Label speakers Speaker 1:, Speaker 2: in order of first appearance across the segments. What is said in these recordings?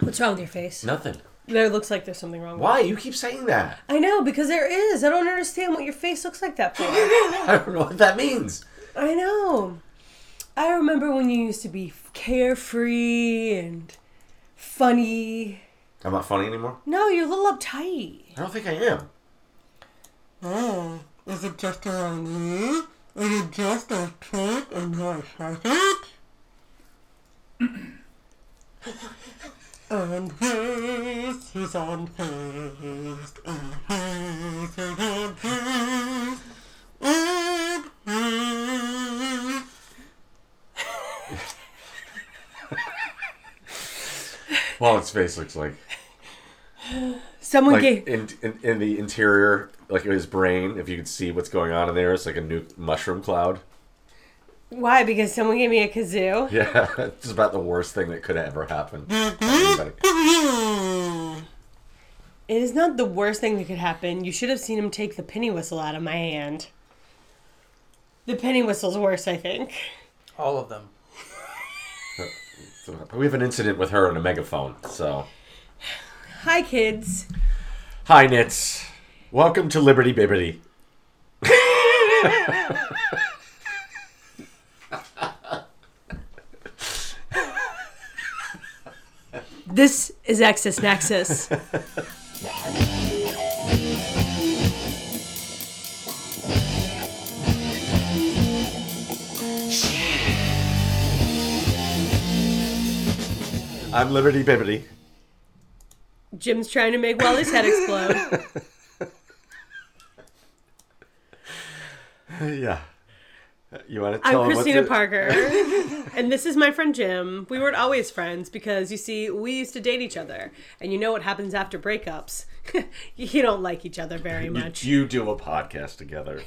Speaker 1: What's wrong with your face?
Speaker 2: Nothing.
Speaker 1: There looks like there's something wrong. with
Speaker 2: Why? You keep saying that.
Speaker 1: it. I know because there is. I don't understand what your face looks like that for.
Speaker 2: I don't know what that means.
Speaker 1: I know. I remember when you used to be carefree and funny.
Speaker 2: I'm not funny anymore.
Speaker 1: No, you're a little uptight.
Speaker 2: I don't think I am.
Speaker 3: Oh, is it just around me? Is it just a pink and you're excited? I'm pissed, he's on pissed, I'm pissed, he's on pissed, I'm pissed.
Speaker 2: Wallet's face looks like
Speaker 1: Someone
Speaker 2: like
Speaker 1: gave.
Speaker 2: in, in in the interior, like his brain. If you could see what's going on in there, it's like a new mushroom cloud.
Speaker 1: Why? Because someone gave me a kazoo.
Speaker 2: Yeah, it's about the worst thing that could have ever happened. to anybody.
Speaker 1: Mm-hmm. It is not the worst thing that could happen. You should have seen him take the penny whistle out of my hand. The penny whistle's worse, I think.
Speaker 4: All of them.
Speaker 2: So, we have an incident with her and a megaphone. So,
Speaker 1: Hi, kids.
Speaker 2: hi Nits, welcome to Liberty Bibbity.
Speaker 1: This is Excess Nexus.
Speaker 2: I'm Liberty Bibbity.
Speaker 1: Jim's trying to make Wally's head explode.
Speaker 2: yeah, you want to
Speaker 1: I'm
Speaker 2: tell him
Speaker 1: Christina
Speaker 2: what to-
Speaker 1: Parker, and this is my friend Jim. We weren't always friends because you see, we used to date each other, and you know what happens after breakups. you don't like each other very
Speaker 2: You-
Speaker 1: much.
Speaker 2: you do a podcast together.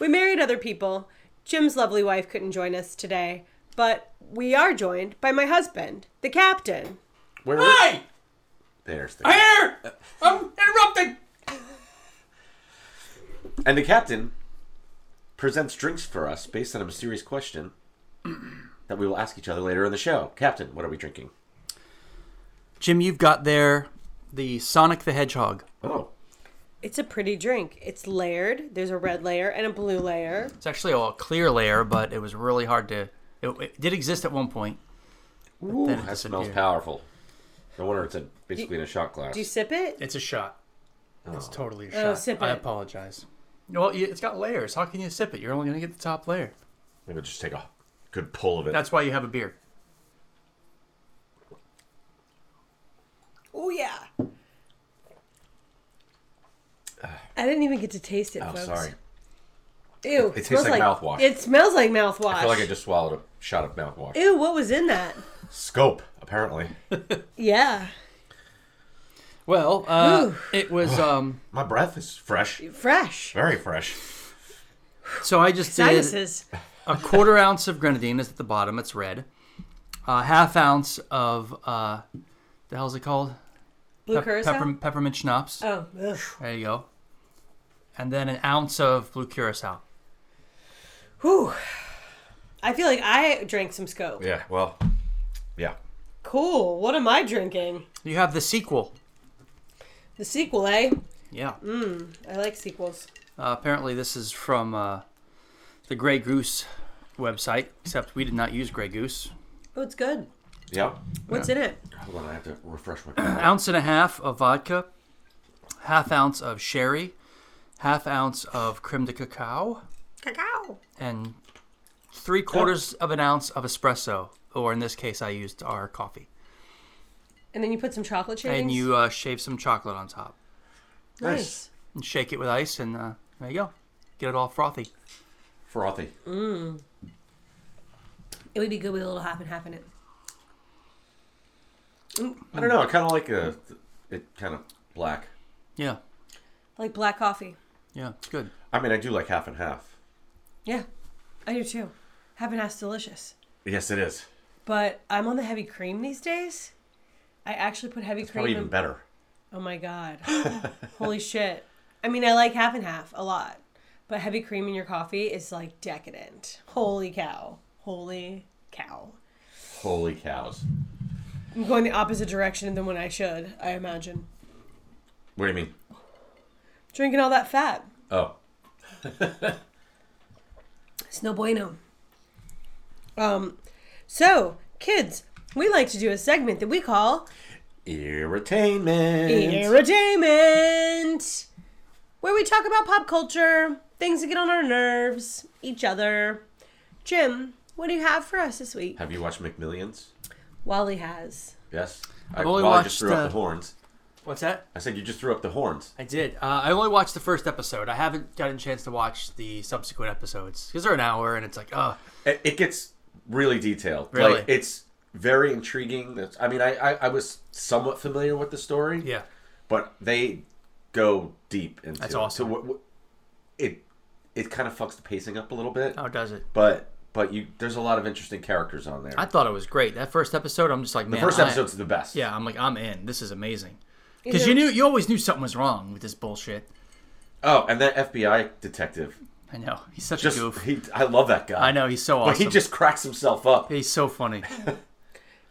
Speaker 1: We married other people. Jim's lovely wife couldn't join us today, but we are joined by my husband, the captain.
Speaker 2: Where?
Speaker 4: Hi!
Speaker 2: There's the
Speaker 4: Here! I'm interrupting!
Speaker 2: And the captain presents drinks for us based on a mysterious question that we will ask each other later in the show. Captain, what are we drinking?
Speaker 4: Jim, you've got there the Sonic the Hedgehog.
Speaker 2: Oh,
Speaker 1: It's a pretty drink. It's layered. There's a red layer and a blue layer.
Speaker 4: It's actually all clear layer, but it was really hard to. It, it did exist at one point.
Speaker 2: Ooh,
Speaker 4: then it
Speaker 2: that smells
Speaker 4: disappeared.
Speaker 2: powerful. No wonder it's in, basically in a shot glass.
Speaker 1: Do you sip it?
Speaker 4: It's a shot. It's totally a
Speaker 1: Oh, sip
Speaker 4: I
Speaker 1: it.
Speaker 4: apologize. Well, y- it's got layers. How can you sip it? You're only going to get the top layer.
Speaker 2: Maybe just take a good pull of it.
Speaker 4: That's why you have a beer.
Speaker 1: Oh yeah. I didn't even get to taste it,
Speaker 2: oh,
Speaker 1: folks.
Speaker 2: sorry.
Speaker 1: Ew.
Speaker 2: tastes
Speaker 1: smells
Speaker 2: like mouthwash.
Speaker 1: It smells like mouthwash.
Speaker 2: I feel like I just swallowed a shot of mouthwash.
Speaker 1: Ew, what was in that?
Speaker 2: Scope, apparently.
Speaker 1: Yeah.
Speaker 4: Well, uh, it was. um
Speaker 2: My breath is fresh.
Speaker 1: Fresh.
Speaker 2: Very fresh.
Speaker 4: So I just did
Speaker 1: Sinuses.
Speaker 4: a quarter ounce of grenadine is at the bottom. It's red. A half ounce of uh, the hell's it called?
Speaker 1: Blue
Speaker 4: Pep-
Speaker 1: curacao.
Speaker 4: pepperm- peppermint schnapps.
Speaker 1: Oh, ugh.
Speaker 4: There you go. And then an ounce of blue curacao.
Speaker 1: Whew. I feel like I drank some scope.
Speaker 2: Yeah, well, yeah.
Speaker 1: Cool. What am I drinking?
Speaker 4: You have the sequel.
Speaker 1: The sequel, eh?
Speaker 4: Yeah.
Speaker 1: I like sequels.
Speaker 4: Uh, apparently, this is from uh, the Grey Goose website, except we did not use Grey Goose.
Speaker 1: Oh, it's good.
Speaker 2: Yeah.
Speaker 1: What's in it?
Speaker 2: Hold on, I have to refresh my
Speaker 4: An ounce and a half of vodka, half ounce of sherry, half ounce of creme de cacao,
Speaker 1: Cacao.
Speaker 4: and three quarters of an ounce of espresso, or in this case, I used our coffee.
Speaker 1: And then you put some chocolate shavings.
Speaker 4: And you uh, shave some chocolate on top
Speaker 1: nice.
Speaker 2: Nice.
Speaker 4: and shake it with ice, and uh, there you go. Get it all frothy.
Speaker 2: Frothy.
Speaker 1: It would be good with a little half and half in it.
Speaker 2: I don't know. I kind of like uh, it kind of black.
Speaker 4: Yeah,
Speaker 1: I like black coffee.
Speaker 4: yeah, it's good.
Speaker 2: I mean, I do like half and half.
Speaker 1: Yeah, I do too. Half and half's delicious.
Speaker 2: Yes, it is.
Speaker 1: But I'm on the heavy cream these days. I actually put heavy cream.
Speaker 2: Probably even
Speaker 1: in-
Speaker 2: better.
Speaker 1: Oh my god! Holy shit! I mean, I like half and half a lot, but heavy cream in your coffee is like decadent. Holy cow! Holy cow!
Speaker 2: Holy cows.
Speaker 1: I'm going the opposite direction than when I should, I imagine.
Speaker 2: What do you mean?
Speaker 1: Drinking all that fat.
Speaker 2: Oh,
Speaker 1: It's no bueno. Um, so, kids, we like to do a segment that we call
Speaker 2: irritainment.
Speaker 1: Entertainment, where we talk about pop culture, things that get on our nerves, each other. Jim, what do you have for us this week?
Speaker 2: Have you watched McMillions?
Speaker 1: Wally has.
Speaker 2: Yes. I,
Speaker 4: only
Speaker 2: well, I
Speaker 4: watched,
Speaker 2: just threw
Speaker 4: uh,
Speaker 2: up the horns.
Speaker 4: What's that?
Speaker 2: I said you just threw up the horns.
Speaker 4: I did. Uh, I only watched the first episode. I haven't gotten a chance to watch the subsequent episodes because they're an hour and it's like, oh,
Speaker 2: It, it gets really detailed.
Speaker 4: Really?
Speaker 2: Like, it's very intriguing. That's- I mean, I, I, I was somewhat familiar with the story.
Speaker 4: yeah.
Speaker 2: But they go deep into
Speaker 4: That's
Speaker 2: it.
Speaker 4: awesome.
Speaker 2: So what, what, it it kind of fucks the pacing up a little bit.
Speaker 4: How does it?
Speaker 2: But but you there's a lot of interesting characters on there.
Speaker 4: I thought it was great. That first episode, I'm just like, man.
Speaker 2: the first
Speaker 4: I-
Speaker 2: episode's the best.
Speaker 4: yeah, I'm like, I'm in. This is amazing.
Speaker 1: Is
Speaker 4: Because
Speaker 1: it-
Speaker 4: you knew, you always knew something was wrong with this bullshit.
Speaker 2: Oh, and that FBI detective.
Speaker 4: I know. He's such
Speaker 2: Just
Speaker 4: a goof.
Speaker 2: he I love that guy.
Speaker 4: I know. He's so
Speaker 2: But
Speaker 4: awesome.
Speaker 2: he just cracks himself up.
Speaker 4: He's so funny.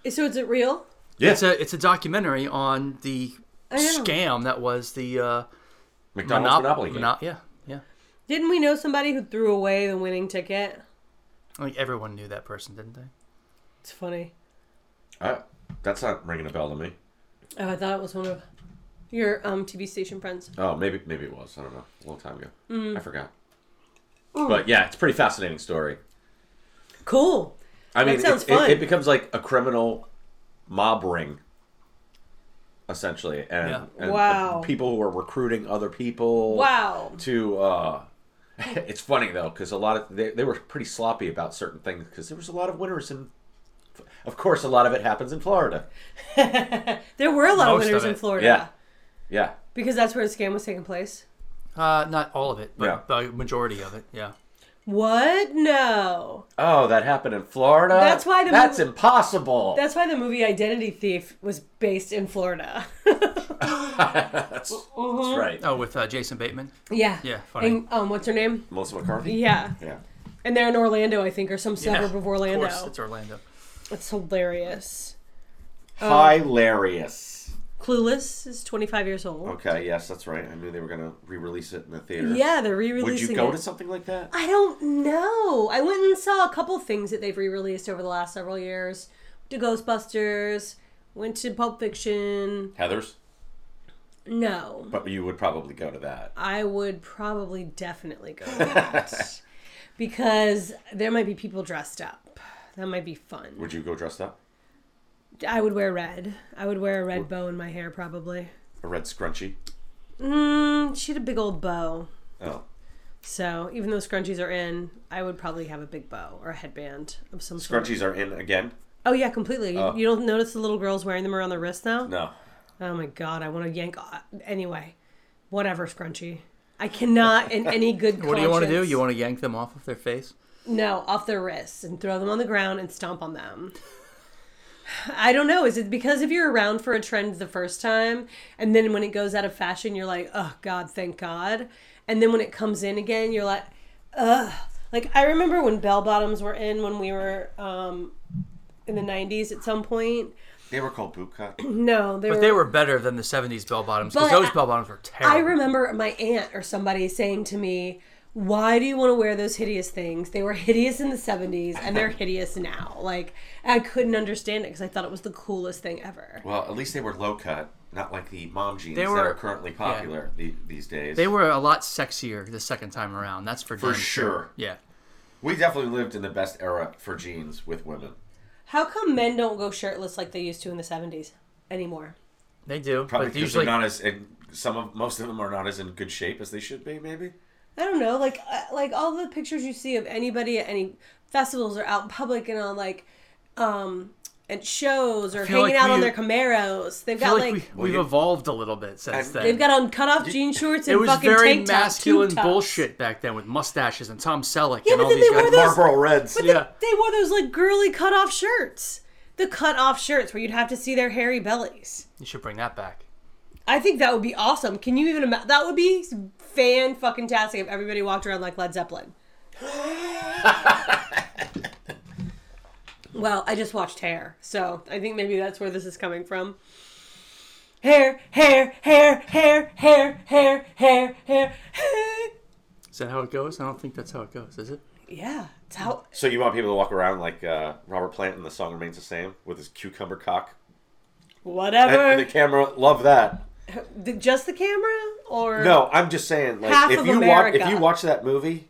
Speaker 1: So is it real?
Speaker 2: Yeah.
Speaker 4: It's a it's a documentary on the
Speaker 1: know.
Speaker 4: scam that was the uh,
Speaker 2: McDonald's
Speaker 4: monop-
Speaker 2: Monopoly game.
Speaker 4: mono- yeah, yeah.
Speaker 1: Didn't we know somebody who threw away the winning ticket?
Speaker 4: I think everyone knew that person, didn't they?
Speaker 1: It's funny.
Speaker 2: Uh, that's not ringing a bell to me.
Speaker 1: Oh, I thought it was one of your um, TV station friends.
Speaker 2: Oh, maybe maybe it was. I don't know. A long time ago.
Speaker 1: Mm.
Speaker 2: I forgot. But yeah, it's a pretty fascinating story.
Speaker 1: Cool.
Speaker 2: I mean,
Speaker 1: sounds
Speaker 2: it, it,
Speaker 1: fun.
Speaker 2: it becomes like a criminal mob ring, essentially, and,
Speaker 4: Yeah.
Speaker 2: and
Speaker 1: Wow.
Speaker 2: people who are recruiting other people.
Speaker 1: Wow.
Speaker 2: To uh, it's funny though because a lot of they, they were pretty sloppy about certain things because there was a lot of winners and, of course, a lot of it happens in Florida.
Speaker 1: There were a lot of
Speaker 4: Most of
Speaker 1: winners in
Speaker 4: it.
Speaker 1: Florida.
Speaker 2: Yeah, yeah.
Speaker 1: Because that's where the scam was taking place.
Speaker 4: Uh, not all of it, but
Speaker 2: Yeah.
Speaker 4: the majority of it. Yeah.
Speaker 1: What? No.
Speaker 2: Oh, that happened in Florida.
Speaker 1: That's why the
Speaker 2: that's
Speaker 1: mov-
Speaker 2: impossible.
Speaker 1: That's why the movie Identity Thief was based in Florida.
Speaker 2: that's,
Speaker 1: Uh-huh.
Speaker 2: that's right.
Speaker 4: Oh, with uh, Jason Bateman.
Speaker 1: yeah.
Speaker 4: Yeah, funny.
Speaker 1: And um, what's her name?
Speaker 2: Melissa McCarthy.
Speaker 1: Yeah.
Speaker 2: Yeah.
Speaker 1: And they're in Orlando, I think, or some suburb
Speaker 4: Yeah,
Speaker 1: of Orlando.
Speaker 4: Of course, it's Orlando.
Speaker 1: It's hilarious. Uh,
Speaker 2: Hilarious.
Speaker 1: Clueless is 25 years old.
Speaker 2: Okay, yes, that's right. I knew they were going to re-release it in the theater.
Speaker 1: Yeah, they're
Speaker 2: Would
Speaker 1: re-releasing
Speaker 2: you go
Speaker 1: it.
Speaker 2: to something like that?
Speaker 1: I don't know. I went and saw a couple things that they've re-released over the last several years. To Ghostbusters, went to Pulp Fiction.
Speaker 2: Heather's,
Speaker 1: No,
Speaker 2: but you would probably go to that.
Speaker 1: I would probably definitely go to that because there might be people dressed up. That might be fun.
Speaker 2: Would you go dressed up?
Speaker 1: I would wear red. I would wear a red bow in my hair probably.
Speaker 2: A red scrunchie?
Speaker 1: Mm, she had a big old bow.
Speaker 2: Oh,
Speaker 1: So even though scrunchies are in, I would probably have a big bow or a headband of some sort.
Speaker 2: scrunchies are in again?
Speaker 1: Oh yeah, completely. You- You don't notice the little girls wearing them around the wrist now?
Speaker 2: No.
Speaker 1: Oh my god, I want to yank. uh, Anyway, whatever, scrunchie. I cannot in any good.
Speaker 4: What do you want to do?
Speaker 1: conscience-
Speaker 4: You want to yank them off of their face?
Speaker 1: No, off their wrists and throw them on the ground and stomp on them. I don't know. Is it because if you're around for a trend the first time and then when it goes out of fashion, you're like, oh God, thank God. And then when it comes in again, you're like, ugh. Like I remember when bell bottoms were in when we were um, in the 90s at some point.
Speaker 2: They were called bootcut.
Speaker 1: No, they
Speaker 4: But
Speaker 1: were.
Speaker 4: they were better than the '70s bell bottoms because
Speaker 1: But
Speaker 4: those
Speaker 1: I-
Speaker 4: bell bottoms were terrible.
Speaker 1: I remember my aunt or somebody saying to me, "Why do you want to wear those hideous things? They were hideous in the '70s, and they're hideous now." Like I couldn't understand it because I thought it was the coolest thing ever.
Speaker 2: well, at least they were low cut, not like the mom jeans
Speaker 4: They
Speaker 2: that
Speaker 4: were-
Speaker 2: are currently popular the, these days.
Speaker 4: They were a lot sexier the second time around. That's for
Speaker 2: For
Speaker 4: damn
Speaker 2: sure.
Speaker 4: Yeah.
Speaker 2: We definitely lived in the best era for jeans with women.
Speaker 1: How come men don't go shirtless like they used to in the '70s anymore?
Speaker 4: They do,
Speaker 2: Probably
Speaker 4: but
Speaker 2: because
Speaker 4: usually
Speaker 2: they're not as in some of most of them are not as in good shape as they should be. Maybe
Speaker 1: I don't know. Like uh, like all the pictures you see of anybody at any festivals or out in public and on like um at shows or
Speaker 4: feel
Speaker 1: hanging
Speaker 4: like
Speaker 1: out on
Speaker 4: we-
Speaker 1: their Camaros, they've
Speaker 4: I feel
Speaker 1: got
Speaker 4: like,
Speaker 1: like.
Speaker 4: we, we've
Speaker 2: you-
Speaker 4: evolved a little bit since
Speaker 2: I've-
Speaker 4: then.
Speaker 1: They've got on cut off jean shorts and
Speaker 4: it was
Speaker 1: fucking
Speaker 4: very
Speaker 1: tank top, tube
Speaker 4: masculine
Speaker 1: tops.
Speaker 4: bullshit back then with mustaches and Tom Selleck
Speaker 1: Yeah,
Speaker 4: and
Speaker 1: but
Speaker 4: all
Speaker 1: then
Speaker 4: these
Speaker 1: they wore
Speaker 4: guys.
Speaker 1: those-
Speaker 2: Marlboro Reds.
Speaker 4: yeah.
Speaker 1: they wore those like girly cut off shirts. The cut off shirts where you'd have to see their hairy bellies.
Speaker 4: You should bring that back.
Speaker 1: I think that would be awesome. Can you even imagine? That would be fan fucking tastic if everybody walked around like Led Zeppelin. Well, I just watched Hair, so I think maybe that's where this is coming from. Hair, hair, hair, hair, hair, hair, hair, hair. hair.
Speaker 4: Is that how it goes? I don't think that's how it goes, is it?
Speaker 1: Yeah, it's how
Speaker 2: So you want people to walk around like uh, Robert Plant and the song remains the same with his cucumber cock. And, and the
Speaker 1: whatever.
Speaker 2: camera love that.
Speaker 1: The- just the camera, or
Speaker 2: No, I'm just saying like
Speaker 1: Half
Speaker 2: if
Speaker 1: of
Speaker 2: you watch if
Speaker 1: America.
Speaker 2: you watch that movie,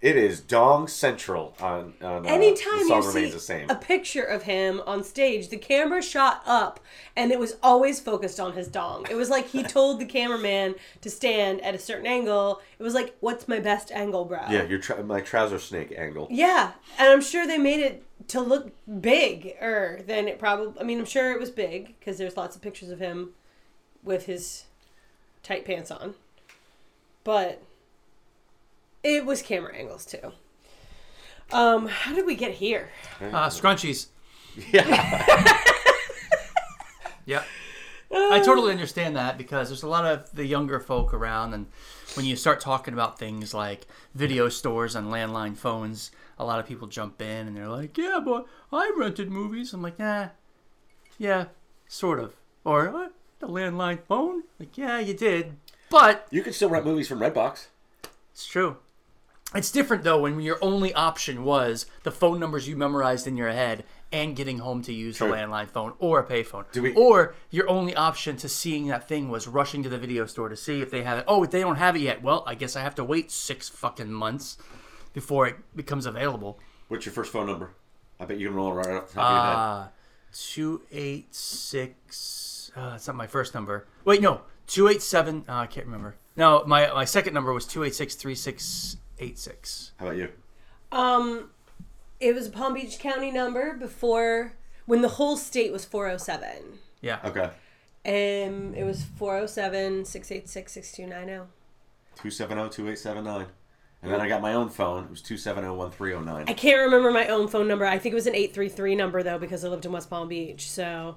Speaker 2: it is dong central on on uh,
Speaker 1: Anytime
Speaker 2: the song
Speaker 1: you
Speaker 2: remains
Speaker 1: see
Speaker 2: the same.
Speaker 1: a picture of him on stage, the camera shot up and it was always focused on his dong. It was like he told the cameraman to stand at a certain angle. It was like, what's my best angle, bro?
Speaker 2: yeah, your tra- my trouser snake angle.
Speaker 1: Yeah, and I'm sure they made it to look bigger than it probably. I mean, I'm sure it was big because there's lots of pictures of him with his tight pants on, but it was camera angles too. Um, how did we get here?
Speaker 4: Uh, scrunchies.
Speaker 2: Yeah.
Speaker 4: Yeah. I totally understand that because there's a lot of the younger folk around, and when you start talking about things like video stores and landline phones, a lot of people jump in and they're like, "Yeah, but I rented movies." I'm like, "Nah, yeah, sort of." Or uh, the landline phone? Like, yeah, you did, but
Speaker 2: You can still rent movies from Redbox.
Speaker 4: It's true. It's different though when your only option was the phone numbers you memorized in your head and getting home to use
Speaker 2: True.
Speaker 4: the landline phone or a payphone.
Speaker 2: we-
Speaker 4: Or your only option to seeing that thing was rushing to the video store to see if they have it. Oh, they don't have it yet. Well, I guess I have to wait six fucking months before it becomes available.
Speaker 2: What's your first phone number? I bet you can roll it right off the top of your head.
Speaker 4: Uh, two eight six. Uh, that's not my first number. Wait, no, two eight seven. Uh, I can't remember. No, my my second number was two eight six three six eight six.
Speaker 2: How about you?
Speaker 1: Um, it was a Palm Beach County number before when the whole state was 407.
Speaker 4: Yeah.
Speaker 2: Okay.
Speaker 1: Um, it was 407 686 6290.
Speaker 2: oh, 270-2879. And then I got my own phone. It was oh,
Speaker 1: I
Speaker 2: 270-1309.
Speaker 1: can't remember my own phone number. I think it was an 833 number though because I lived in West Palm Beach. So,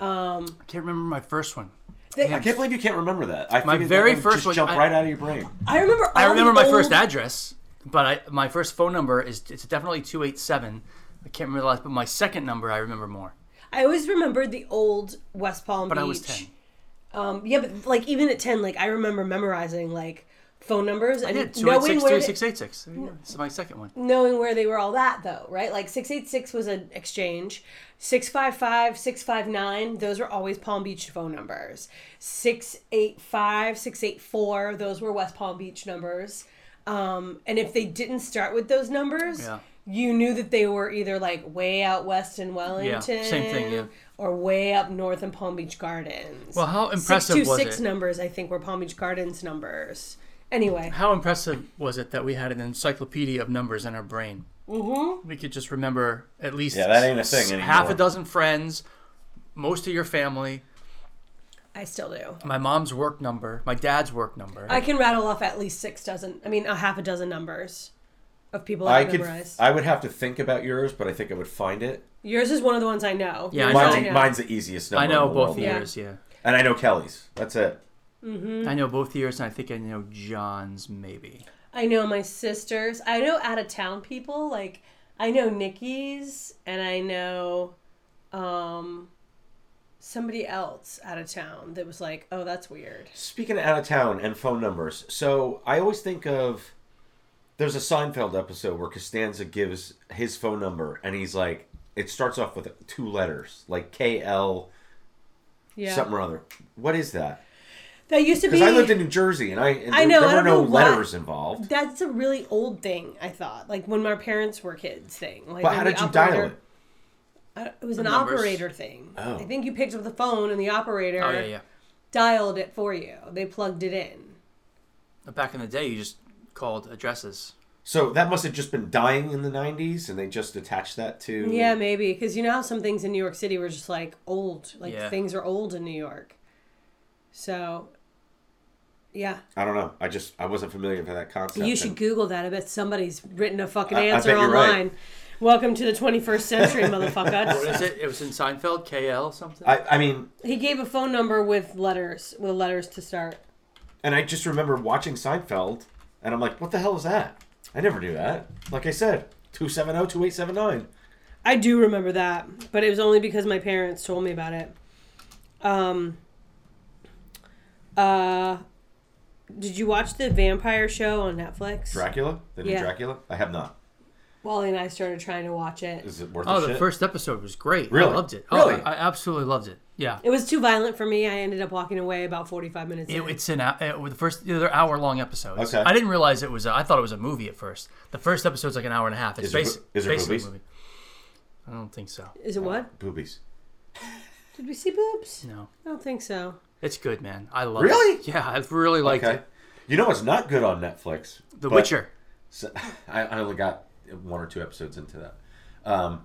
Speaker 1: um,
Speaker 4: I can't remember my first one.
Speaker 1: they,
Speaker 2: I can't believe you can't remember that. I
Speaker 4: My
Speaker 2: figured
Speaker 4: very
Speaker 2: that would
Speaker 4: first
Speaker 2: just
Speaker 4: one-
Speaker 2: jump
Speaker 4: I-
Speaker 2: right out of your brain.
Speaker 1: I remember. All
Speaker 4: I remember
Speaker 1: the
Speaker 4: my first
Speaker 1: old-
Speaker 4: address, but I, my first phone number is it's definitely two eight seven. I can't remember the last, but my second number I remember more.
Speaker 1: I always remembered the old West Palm
Speaker 4: But
Speaker 1: Beach.
Speaker 4: I was ten.
Speaker 1: Um, yeah, but like even at ten, like I remember memorizing like phone numbers and
Speaker 4: Yeah, two eight
Speaker 1: knowing
Speaker 4: six
Speaker 1: where
Speaker 4: three
Speaker 1: they-
Speaker 4: six eight six. It's my second one.
Speaker 1: knowing where they were all at though right like 686 was an exchange 655 659 those were always palm beach phone numbers 685 684 those were west palm beach numbers um, and if they didn't start with those numbers
Speaker 4: Yeah.
Speaker 1: you knew that they were either like way out west in wellington
Speaker 4: thing, yeah.
Speaker 1: or way up north in palm beach gardens
Speaker 4: Well, how impressive was
Speaker 1: 626
Speaker 4: it?
Speaker 1: numbers i think were palm beach gardens numbers anyway
Speaker 4: How impressive was it that we had an encyclopedia of numbers in our brain? Mm-hmm. We could just remember at least
Speaker 2: Yeah, that ain't a thing
Speaker 4: s-
Speaker 2: anymore.
Speaker 4: half a dozen friends, most of your family,
Speaker 1: i still do
Speaker 4: my mom's work number, my dad's work number.
Speaker 1: I can rattle off at least six dozen. I mean, a half a dozen numbers of people
Speaker 2: I
Speaker 1: I've
Speaker 2: could.
Speaker 1: memorized.
Speaker 2: I would have to think about yours, but I think I would find it.
Speaker 1: Yours is one of the ones I know.
Speaker 4: Yeah, I
Speaker 1: Yours
Speaker 4: know.
Speaker 2: Mine's, mine's the easiest number.
Speaker 4: I know
Speaker 2: in the
Speaker 4: both
Speaker 2: world.
Speaker 4: yours, yeah.
Speaker 2: And I know Kelly's. That's it.
Speaker 4: I know both yours, and I think I know John's maybe.
Speaker 1: I know my sisters. I know out of town people. Like I know Nikki's, and I know um somebody else out of town that was like, "Oh, that's weird."
Speaker 2: Speaking of out of town and phone numbers, so I always think of there's a Seinfeld episode where Costanza gives his phone number and he's like, it starts off with two letters, like KL
Speaker 1: Yeah,
Speaker 2: something or other. What is that?
Speaker 1: that used to be.
Speaker 2: Because I lived in New Jersey and I, and
Speaker 1: I
Speaker 2: there-
Speaker 1: know,
Speaker 2: there
Speaker 1: I
Speaker 2: were
Speaker 1: don't
Speaker 2: no
Speaker 1: know why.
Speaker 2: letters involved.
Speaker 1: that's a really old thing. I thought, like when my parents were kids, thing. Like,
Speaker 2: But
Speaker 1: when
Speaker 2: how
Speaker 1: the
Speaker 2: did you dial
Speaker 1: operator-
Speaker 2: it?
Speaker 1: I- It was an
Speaker 4: numbers.
Speaker 1: operator thing.
Speaker 2: Oh.
Speaker 1: I think you picked up the phone and the operator
Speaker 4: Oh yeah, yeah.
Speaker 1: dialed it for you. They plugged it in.
Speaker 4: Back in the day, you just called addresses.
Speaker 2: So that must have just been dying in the 90s and they just attached that to.
Speaker 1: Yeah, maybe because you know how some things in New York City were just like old. Like
Speaker 4: Yeah.
Speaker 1: things are old in New York. So, yeah,
Speaker 2: I don't know. I just, I wasn't familiar with that concept.
Speaker 1: you should
Speaker 2: and-
Speaker 1: Google that. I bet somebody's written a fucking
Speaker 2: I- I
Speaker 1: answer
Speaker 2: bet you're right.
Speaker 1: online. Welcome to the 21st century,
Speaker 4: What
Speaker 1: motherfucker.
Speaker 4: is it? It was in Seinfeld, KL something.
Speaker 2: I, I mean,
Speaker 1: He gave a phone number with letters, with letters to start.
Speaker 2: And I just remember watching Seinfeld, oh, and I'm like, what the hell is that? I never knew that. Like I said, 270-2879.
Speaker 1: I do remember that, but it was only because my parents told me about it. Um. Uh, did you watch the vampire show on Netflix?
Speaker 2: Dracula? The new
Speaker 1: Yeah.
Speaker 2: Dracula? I have not.
Speaker 1: Wally and I started trying to watch it.
Speaker 2: Is it worth
Speaker 4: Oh,
Speaker 2: the
Speaker 4: the
Speaker 2: shit?
Speaker 4: first episode was great.
Speaker 2: Really?
Speaker 4: I loved it.
Speaker 2: Really?
Speaker 4: Oh, I I absolutely loved it. Yeah.
Speaker 1: It was too violent for me. I ended up walking away about forty-five minutes.
Speaker 4: It,
Speaker 1: in.
Speaker 4: it's an hou- uh, the first the other hour long episodes.
Speaker 2: Okay.
Speaker 4: I didn't realize it was. A, I thought it was a movie at first. The first episode's like an hour and a half. It's
Speaker 2: Is it
Speaker 4: basi-
Speaker 2: mo- is it
Speaker 4: basically
Speaker 2: movies?
Speaker 4: a movie. I don't think so.
Speaker 1: Is it what?
Speaker 2: Boobies.
Speaker 1: Did we see boobs?
Speaker 4: No,
Speaker 1: I don't think so.
Speaker 4: it's good, man. I love.
Speaker 2: Really?
Speaker 4: it. Yeah, I really liked
Speaker 2: Okay.
Speaker 4: it.
Speaker 2: You know what's not good on Netflix?
Speaker 4: The
Speaker 2: But-
Speaker 4: Witcher.
Speaker 2: So, I, I only got one or two episodes into that. Um,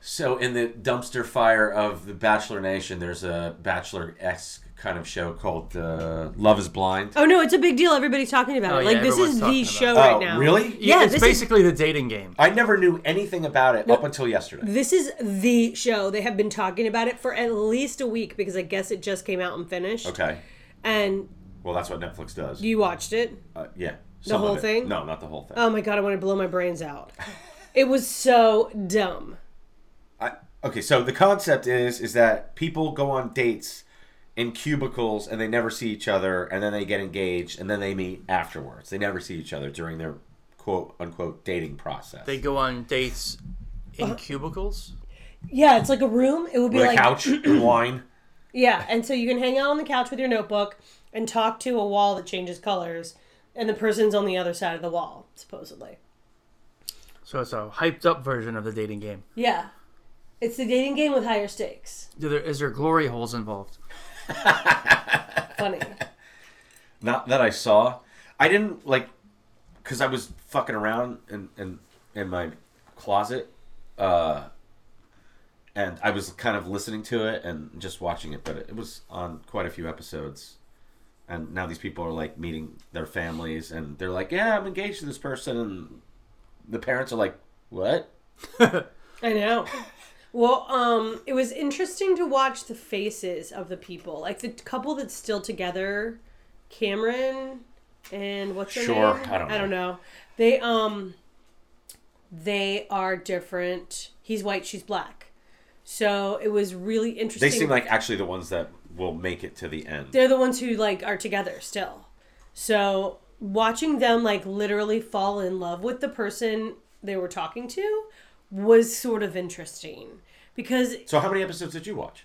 Speaker 2: so in the dumpster fire of the Bachelor Nation, there's a Bachelor esque kind of show called uh, Love Is Blind.
Speaker 1: Oh no, it's a big deal. Everybody's talking about
Speaker 4: Oh,
Speaker 1: it.
Speaker 4: yeah,
Speaker 1: Like this
Speaker 4: everyone's
Speaker 1: is the
Speaker 4: talking
Speaker 1: show
Speaker 4: about it.
Speaker 1: right
Speaker 2: Oh,
Speaker 1: now.
Speaker 2: really?
Speaker 1: Yeah,
Speaker 4: it's
Speaker 1: this is-
Speaker 4: basically the dating game.
Speaker 2: I never knew anything about it up until yesterday.
Speaker 1: This is the show. They have been talking about it for at least a week because I guess it just came out and finished.
Speaker 2: Okay.
Speaker 1: And
Speaker 2: Well, that's what Netflix does.
Speaker 1: you watched it.
Speaker 2: Uh, yeah. Some
Speaker 1: whole
Speaker 2: of it.
Speaker 1: thing?
Speaker 2: No, not the whole thing.
Speaker 1: Oh my god, I want to blow my brains out. It was so dumb.
Speaker 2: I, okay, so the concept is is that people go on dates in cubicles and they never see each other, and then they get engaged, and then they meet afterwards. They never see each other during their quote unquote dating process.
Speaker 4: They go on dates
Speaker 1: Uh-huh.
Speaker 4: in cubicles.
Speaker 1: Yeah, it's like a room. It would be
Speaker 2: with
Speaker 1: like
Speaker 2: a couch and wine.
Speaker 1: Yeah, and so you can hang out on the couch with your notebook and talk to a wall that changes colors, and the person's on the other side of the wall, supposedly.
Speaker 4: So it's a hyped up version of the dating game.
Speaker 1: Yeah. It's the dating game with higher stakes.
Speaker 4: Do there, is there glory holes involved?
Speaker 1: Funny.
Speaker 2: Not that I saw. I didn't like because I was fucking around in in, in my closet, uh, and I was kind of listening to it and just watching it. But it, it was on quite a few episodes, and now these people are like meeting their families, and they're like, "Yeah, I'm engaged to this person," and the parents are like, "What?"
Speaker 1: I know. Well, um, it was interesting to watch the faces of the people. Like the couple that's still together, Cameron and what's her
Speaker 2: Sure,
Speaker 1: name?
Speaker 2: I don't
Speaker 1: I don't know. They um they are different. He's white, she's black. So it was really interesting.
Speaker 2: They seem like actually the ones that will make it to the end.
Speaker 1: they're the ones who like are together still. So watching them like literally fall in love with the person they were talking to was sort of interesting because
Speaker 2: So how many episodes did you watch?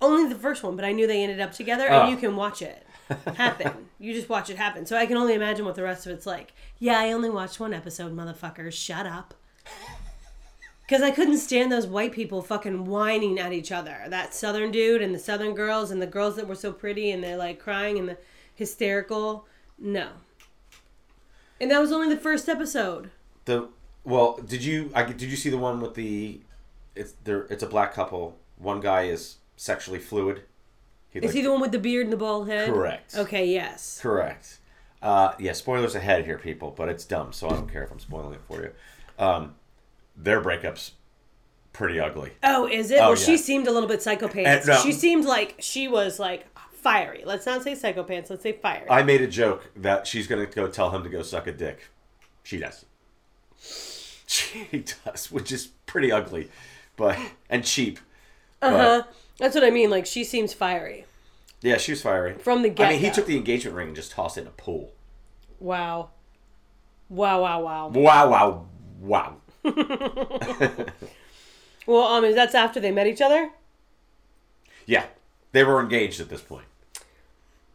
Speaker 1: only the first one, but I knew they ended up together
Speaker 2: Oh.
Speaker 1: and you can watch it happen. you just watch it happen. So I can only imagine what the rest of it's like. Yeah, I only watched one episode, motherfuckers. Shut up. Because I couldn't stand those white people fucking whining at each other. That southern dude and the southern girls and the girls that were so pretty and they're like crying and the hysterical. No. And that was only the first episode.
Speaker 2: The well, did you I, did you see the one with the it's there it's a black couple. One guy is sexually fluid. He
Speaker 1: Is he the one with the beard and the bald head?
Speaker 2: Correct.
Speaker 1: Okay, yes.
Speaker 2: correct? Uh, yeah, spoilers ahead here, people. But it's dumb, so I don't care if I'm spoiling it for you. Um, their breakups pretty ugly.
Speaker 1: Oh, is it? well,
Speaker 2: yeah.
Speaker 1: she seemed a little bit psychopants.
Speaker 2: And, no.
Speaker 1: She seemed like she was like fiery. Let's not say psychopants. Let's say fiery.
Speaker 2: I made a joke that she's gonna go tell him to go suck a dick. She does. She does, which is pretty ugly, but and cheap. Uh
Speaker 1: huh? That's what I mean. Like she seems fiery
Speaker 2: Yeah, she was fiery.
Speaker 1: from the get.
Speaker 2: I mean, he took the engagement ring and just tossed it in a pool.
Speaker 1: wow, wow, wow, wow.
Speaker 2: Wow, wow, wow.
Speaker 1: Well, um, is that's after they met each other.
Speaker 2: Yeah, they were engaged at this point.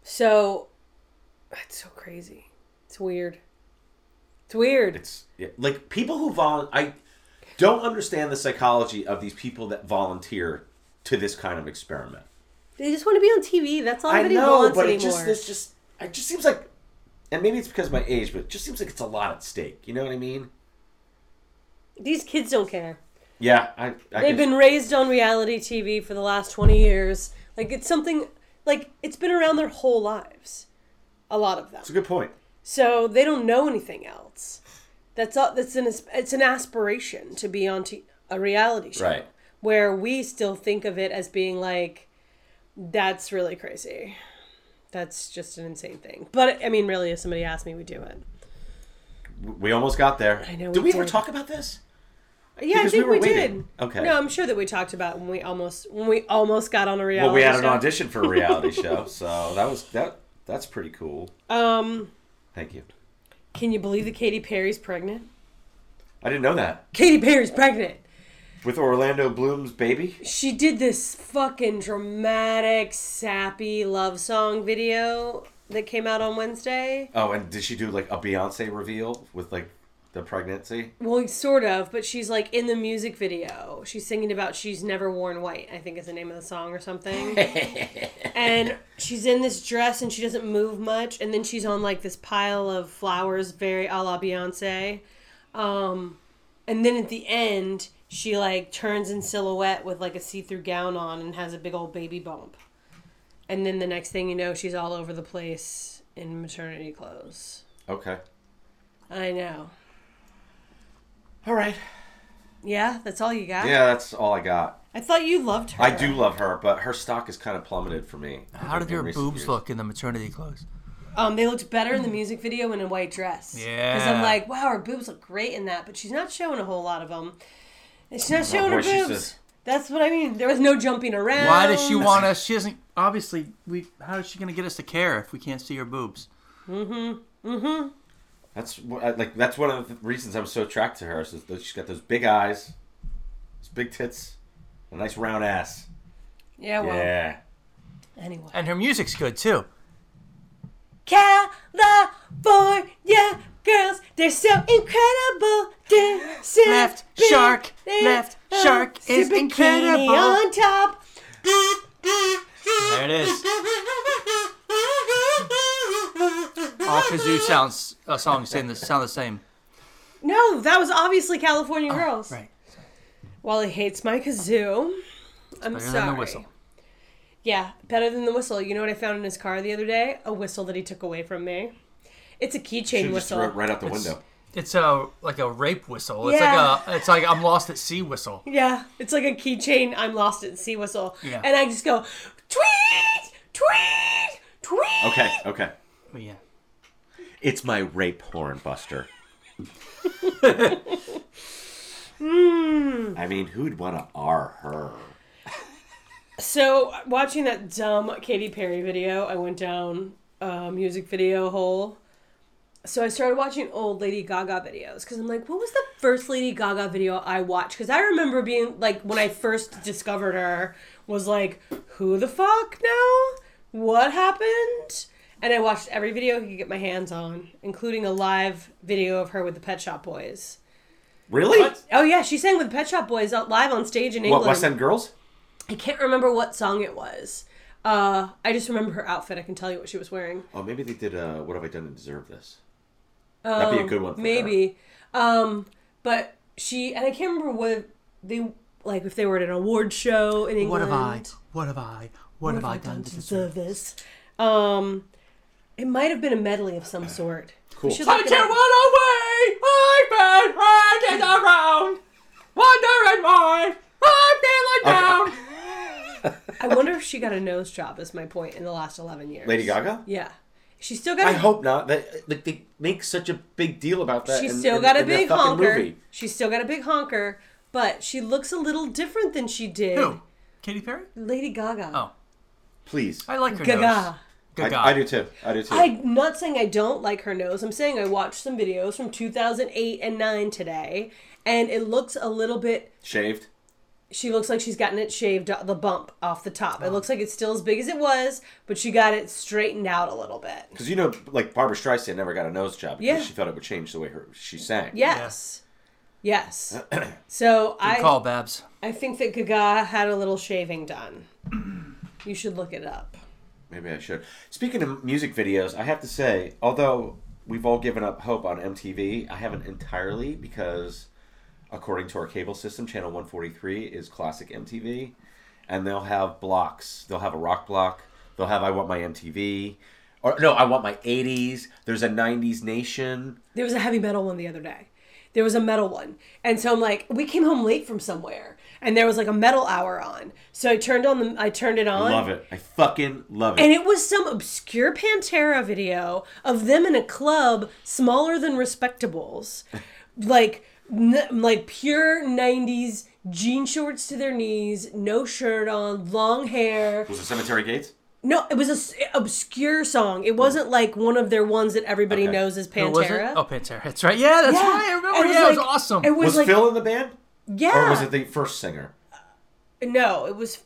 Speaker 1: So that's so crazy. It's weird. It's weird.
Speaker 2: It's yeah, like people who vol. I don't understand the psychology of these people that volunteer to this kind of experiment.
Speaker 1: they just want to be on TV. That's all
Speaker 2: I
Speaker 1: anybody
Speaker 2: know,
Speaker 1: wants
Speaker 2: but
Speaker 1: anymore.
Speaker 2: it just this just it just seems like, and maybe it's because of my age, but it just seems like it's a lot at stake. You know what I mean?
Speaker 1: These kids don't care.
Speaker 2: Yeah, I. I
Speaker 1: They've
Speaker 2: can-
Speaker 1: been raised on reality TV for the last 20 years. Like it's something like it's been around their whole lives. A lot of them.
Speaker 2: It's a good point.
Speaker 1: So they don't know anything else. That's all that's an as- it's an aspiration to be on t- a reality show.
Speaker 2: Right.
Speaker 1: Where we still think of it as being like that's really crazy. That's just an insane thing. But I mean really if somebody asked me we do it.
Speaker 2: We almost got there.
Speaker 1: I know
Speaker 2: Did we,
Speaker 1: we
Speaker 2: ever
Speaker 1: did.
Speaker 2: talk about this?
Speaker 1: Yeah, I
Speaker 2: Because we
Speaker 1: think
Speaker 2: were
Speaker 1: we,
Speaker 2: waiting.
Speaker 1: did.
Speaker 2: Okay.
Speaker 1: No, I'm sure that we talked about when we almost when we almost got on a reality.
Speaker 2: Well, we had
Speaker 1: show.
Speaker 2: an audition for a reality show, so that was that. That's pretty cool.
Speaker 1: Um,
Speaker 2: Thank you.
Speaker 1: can you believe that Katy Perry's pregnant?
Speaker 2: I didn't know that
Speaker 1: Katy Perry's pregnant.
Speaker 2: with Orlando Bloom's baby.
Speaker 1: She did this fucking dramatic, sappy love song video that came out on Wednesday.
Speaker 2: Oh, and did she do like a Beyonce reveal with like the pregnancy?
Speaker 1: Well, sort of, but she's like in the music video. She's singing about she's never worn white, I think is the name of the song or something. and she's in this dress and she doesn't move much and then she's on like this pile of flowers very a la Beyonce. Um and then at the end she like turns in silhouette with like a see-through gown on and has a big old baby bump. And then the next thing you know, she's all over the place in maternity clothes.
Speaker 2: Okay.
Speaker 1: I know.
Speaker 2: All right.
Speaker 1: Yeah, that's all you got.
Speaker 2: Yeah, that's all I got.
Speaker 1: I thought you loved her.
Speaker 2: I do love her, but her stock has kind of plummeted for me.
Speaker 4: How did
Speaker 2: in
Speaker 4: your
Speaker 2: recent
Speaker 4: boobs
Speaker 2: years.
Speaker 4: look in the maternity clothes?
Speaker 1: Um, they looked better in the music video in a white dress. Because
Speaker 4: Yeah.
Speaker 1: I'm like, wow, her boobs look great in that, but she's not showing a whole lot of them. And she's not showing her
Speaker 2: boy, she's
Speaker 1: boobs.
Speaker 2: just-
Speaker 1: That's what I mean. There was no jumping around.
Speaker 4: Why does she want us? She doesn't. Obviously, we. How is she going to get us to care if we can't see her boobs?
Speaker 2: That's what I, like. That's one of the reasons I'm so attracted to her. Is that she's got those big eyes, those big tits, a nice round ass.
Speaker 1: Yeah. Well.
Speaker 2: Yeah.
Speaker 1: Anyway.
Speaker 4: And her music's good too.
Speaker 1: California girls, they're so incredible. They're sipping-
Speaker 4: Left shark,
Speaker 1: they're,
Speaker 4: left shark
Speaker 1: uh,
Speaker 4: is
Speaker 1: sipping candy
Speaker 4: incredible.
Speaker 1: On top.
Speaker 4: There it is. All kazoo sounds uh, songs sound the, sound the same.
Speaker 1: No, that was obviously California girls.
Speaker 4: Oh, Right.
Speaker 1: Wally hates my kazoo. I'm
Speaker 4: Better
Speaker 1: sorry.
Speaker 4: than the whistle.
Speaker 1: Yeah, better than the whistle. You know what I found in his car the other day? A whistle that he took away from me. It's a
Speaker 2: She
Speaker 1: keychain
Speaker 2: just threw
Speaker 1: whistle.
Speaker 2: it right out the
Speaker 4: It's-
Speaker 2: window.
Speaker 4: It's a like a rape whistle. It's
Speaker 1: Yeah.
Speaker 4: like a it's like I'm lost at sea whistle.
Speaker 1: Yeah, it's like a keychain. I'm lost at sea whistle.
Speaker 4: Yeah.
Speaker 1: And I just go tweet, tweet, tweet.
Speaker 2: Okay. Okay.
Speaker 4: But yeah.
Speaker 2: It's my rape horn buster.
Speaker 1: Hmm.
Speaker 2: I mean, who'd want to R her?
Speaker 1: So watching that dumb Katy Perry video, I went down a music video hole. So I started watching old Lady Gaga videos because I'm like, what was the first Lady Gaga video I watched? Because I remember being like, when I first discovered her, was like, who the fuck now? What happened? And I watched every video I could get my hands on, including a live video of her with the Pet Shop Boys.
Speaker 2: Really? What?
Speaker 1: Oh yeah, she sang with the Pet Shop Boys out live on stage in England.
Speaker 2: West End Girls?
Speaker 1: I can't remember what song it was. Uh, I just remember her outfit. I can tell you what she was wearing.
Speaker 2: Oh, maybe they did. Uh, what have I done to deserve this? That'd be a good one. For
Speaker 1: Um,
Speaker 2: her.
Speaker 1: Maybe. Um, but she and I can't remember what they like if they were at an award show in England.
Speaker 4: What have I? What have I? What, have I done, to deserve?
Speaker 1: this? Um, it might have been a medley of some sort. Cool.
Speaker 4: But you went away. I've been hanging around, wondering why I'm feeling down.
Speaker 1: I wonder if she got a nose job. Is my point in the last eleven years?
Speaker 2: Lady Gaga.
Speaker 1: Yeah, she still got.
Speaker 2: I
Speaker 1: a-
Speaker 2: hope not. That like they make such a big deal about that.
Speaker 1: She's
Speaker 2: in-
Speaker 1: still
Speaker 2: in-
Speaker 1: got a
Speaker 2: in the
Speaker 1: big
Speaker 2: fucking
Speaker 1: honker.
Speaker 2: Movie.
Speaker 1: She's still got a big honker, but she looks a little different than she did.
Speaker 4: Who? Katy Perry?
Speaker 1: Lady Gaga.
Speaker 4: Oh,
Speaker 2: Please.
Speaker 4: I like her nose.
Speaker 1: Gaga.
Speaker 4: Gaga.
Speaker 2: I, I do too. I do too.
Speaker 1: I'm not saying I don't like her nose. I'm saying I watched some videos from 2008 and 9 today, and it looks a little bit.
Speaker 2: Shaved.
Speaker 1: She looks like she's gotten it shaved, the bump off the top.
Speaker 2: Oh.
Speaker 1: It looks like it's still as big as it was, but she got it straightened out a little bit.
Speaker 2: Because you know, like Barbara Streisand never got a nose job because
Speaker 1: Yeah.
Speaker 2: she thought it would change the way her she sang.
Speaker 1: Yes. Yes. so I
Speaker 4: Good call, Babs.
Speaker 1: I think that Gaga had a little shaving done. you should look it up.
Speaker 2: Maybe I should. Speaking of music videos, I have to say, although we've all given up hope on MTV, I haven't entirely because, according to our cable system, Channel 143 is classic MTV, and they'll have blocks. They'll have a rock block. They'll have I Want My MTV, or no, I Want My 80s. There's a 90s Nation.
Speaker 1: There was a heavy metal one the other day. There was a metal one. And so I'm like, we came home late from somewhere and there was like a metal hour on. So I turned on the I turned it on.
Speaker 2: Love it. I fucking love it.
Speaker 1: And it was some obscure Pantera video of them in a club smaller than respectables. like n- like pure 90s jean shorts to their knees, no shirt on, long hair.
Speaker 2: Was it Cemetery Gates?
Speaker 1: No, it was a s obscure song. It wasn't like one of their ones that everybody
Speaker 2: Okay.
Speaker 1: knows as
Speaker 4: Who was it?
Speaker 1: Pantera.
Speaker 4: Oh, Pantera. That's right. Yeah, that's
Speaker 1: Yeah.
Speaker 4: right. I remember.
Speaker 1: And
Speaker 4: yeah, it was
Speaker 1: like-
Speaker 4: awesome.
Speaker 1: It was,
Speaker 2: Was
Speaker 1: like
Speaker 2: Phil in the band?
Speaker 1: yeah.
Speaker 2: Or was it the first singer?
Speaker 1: No, it was.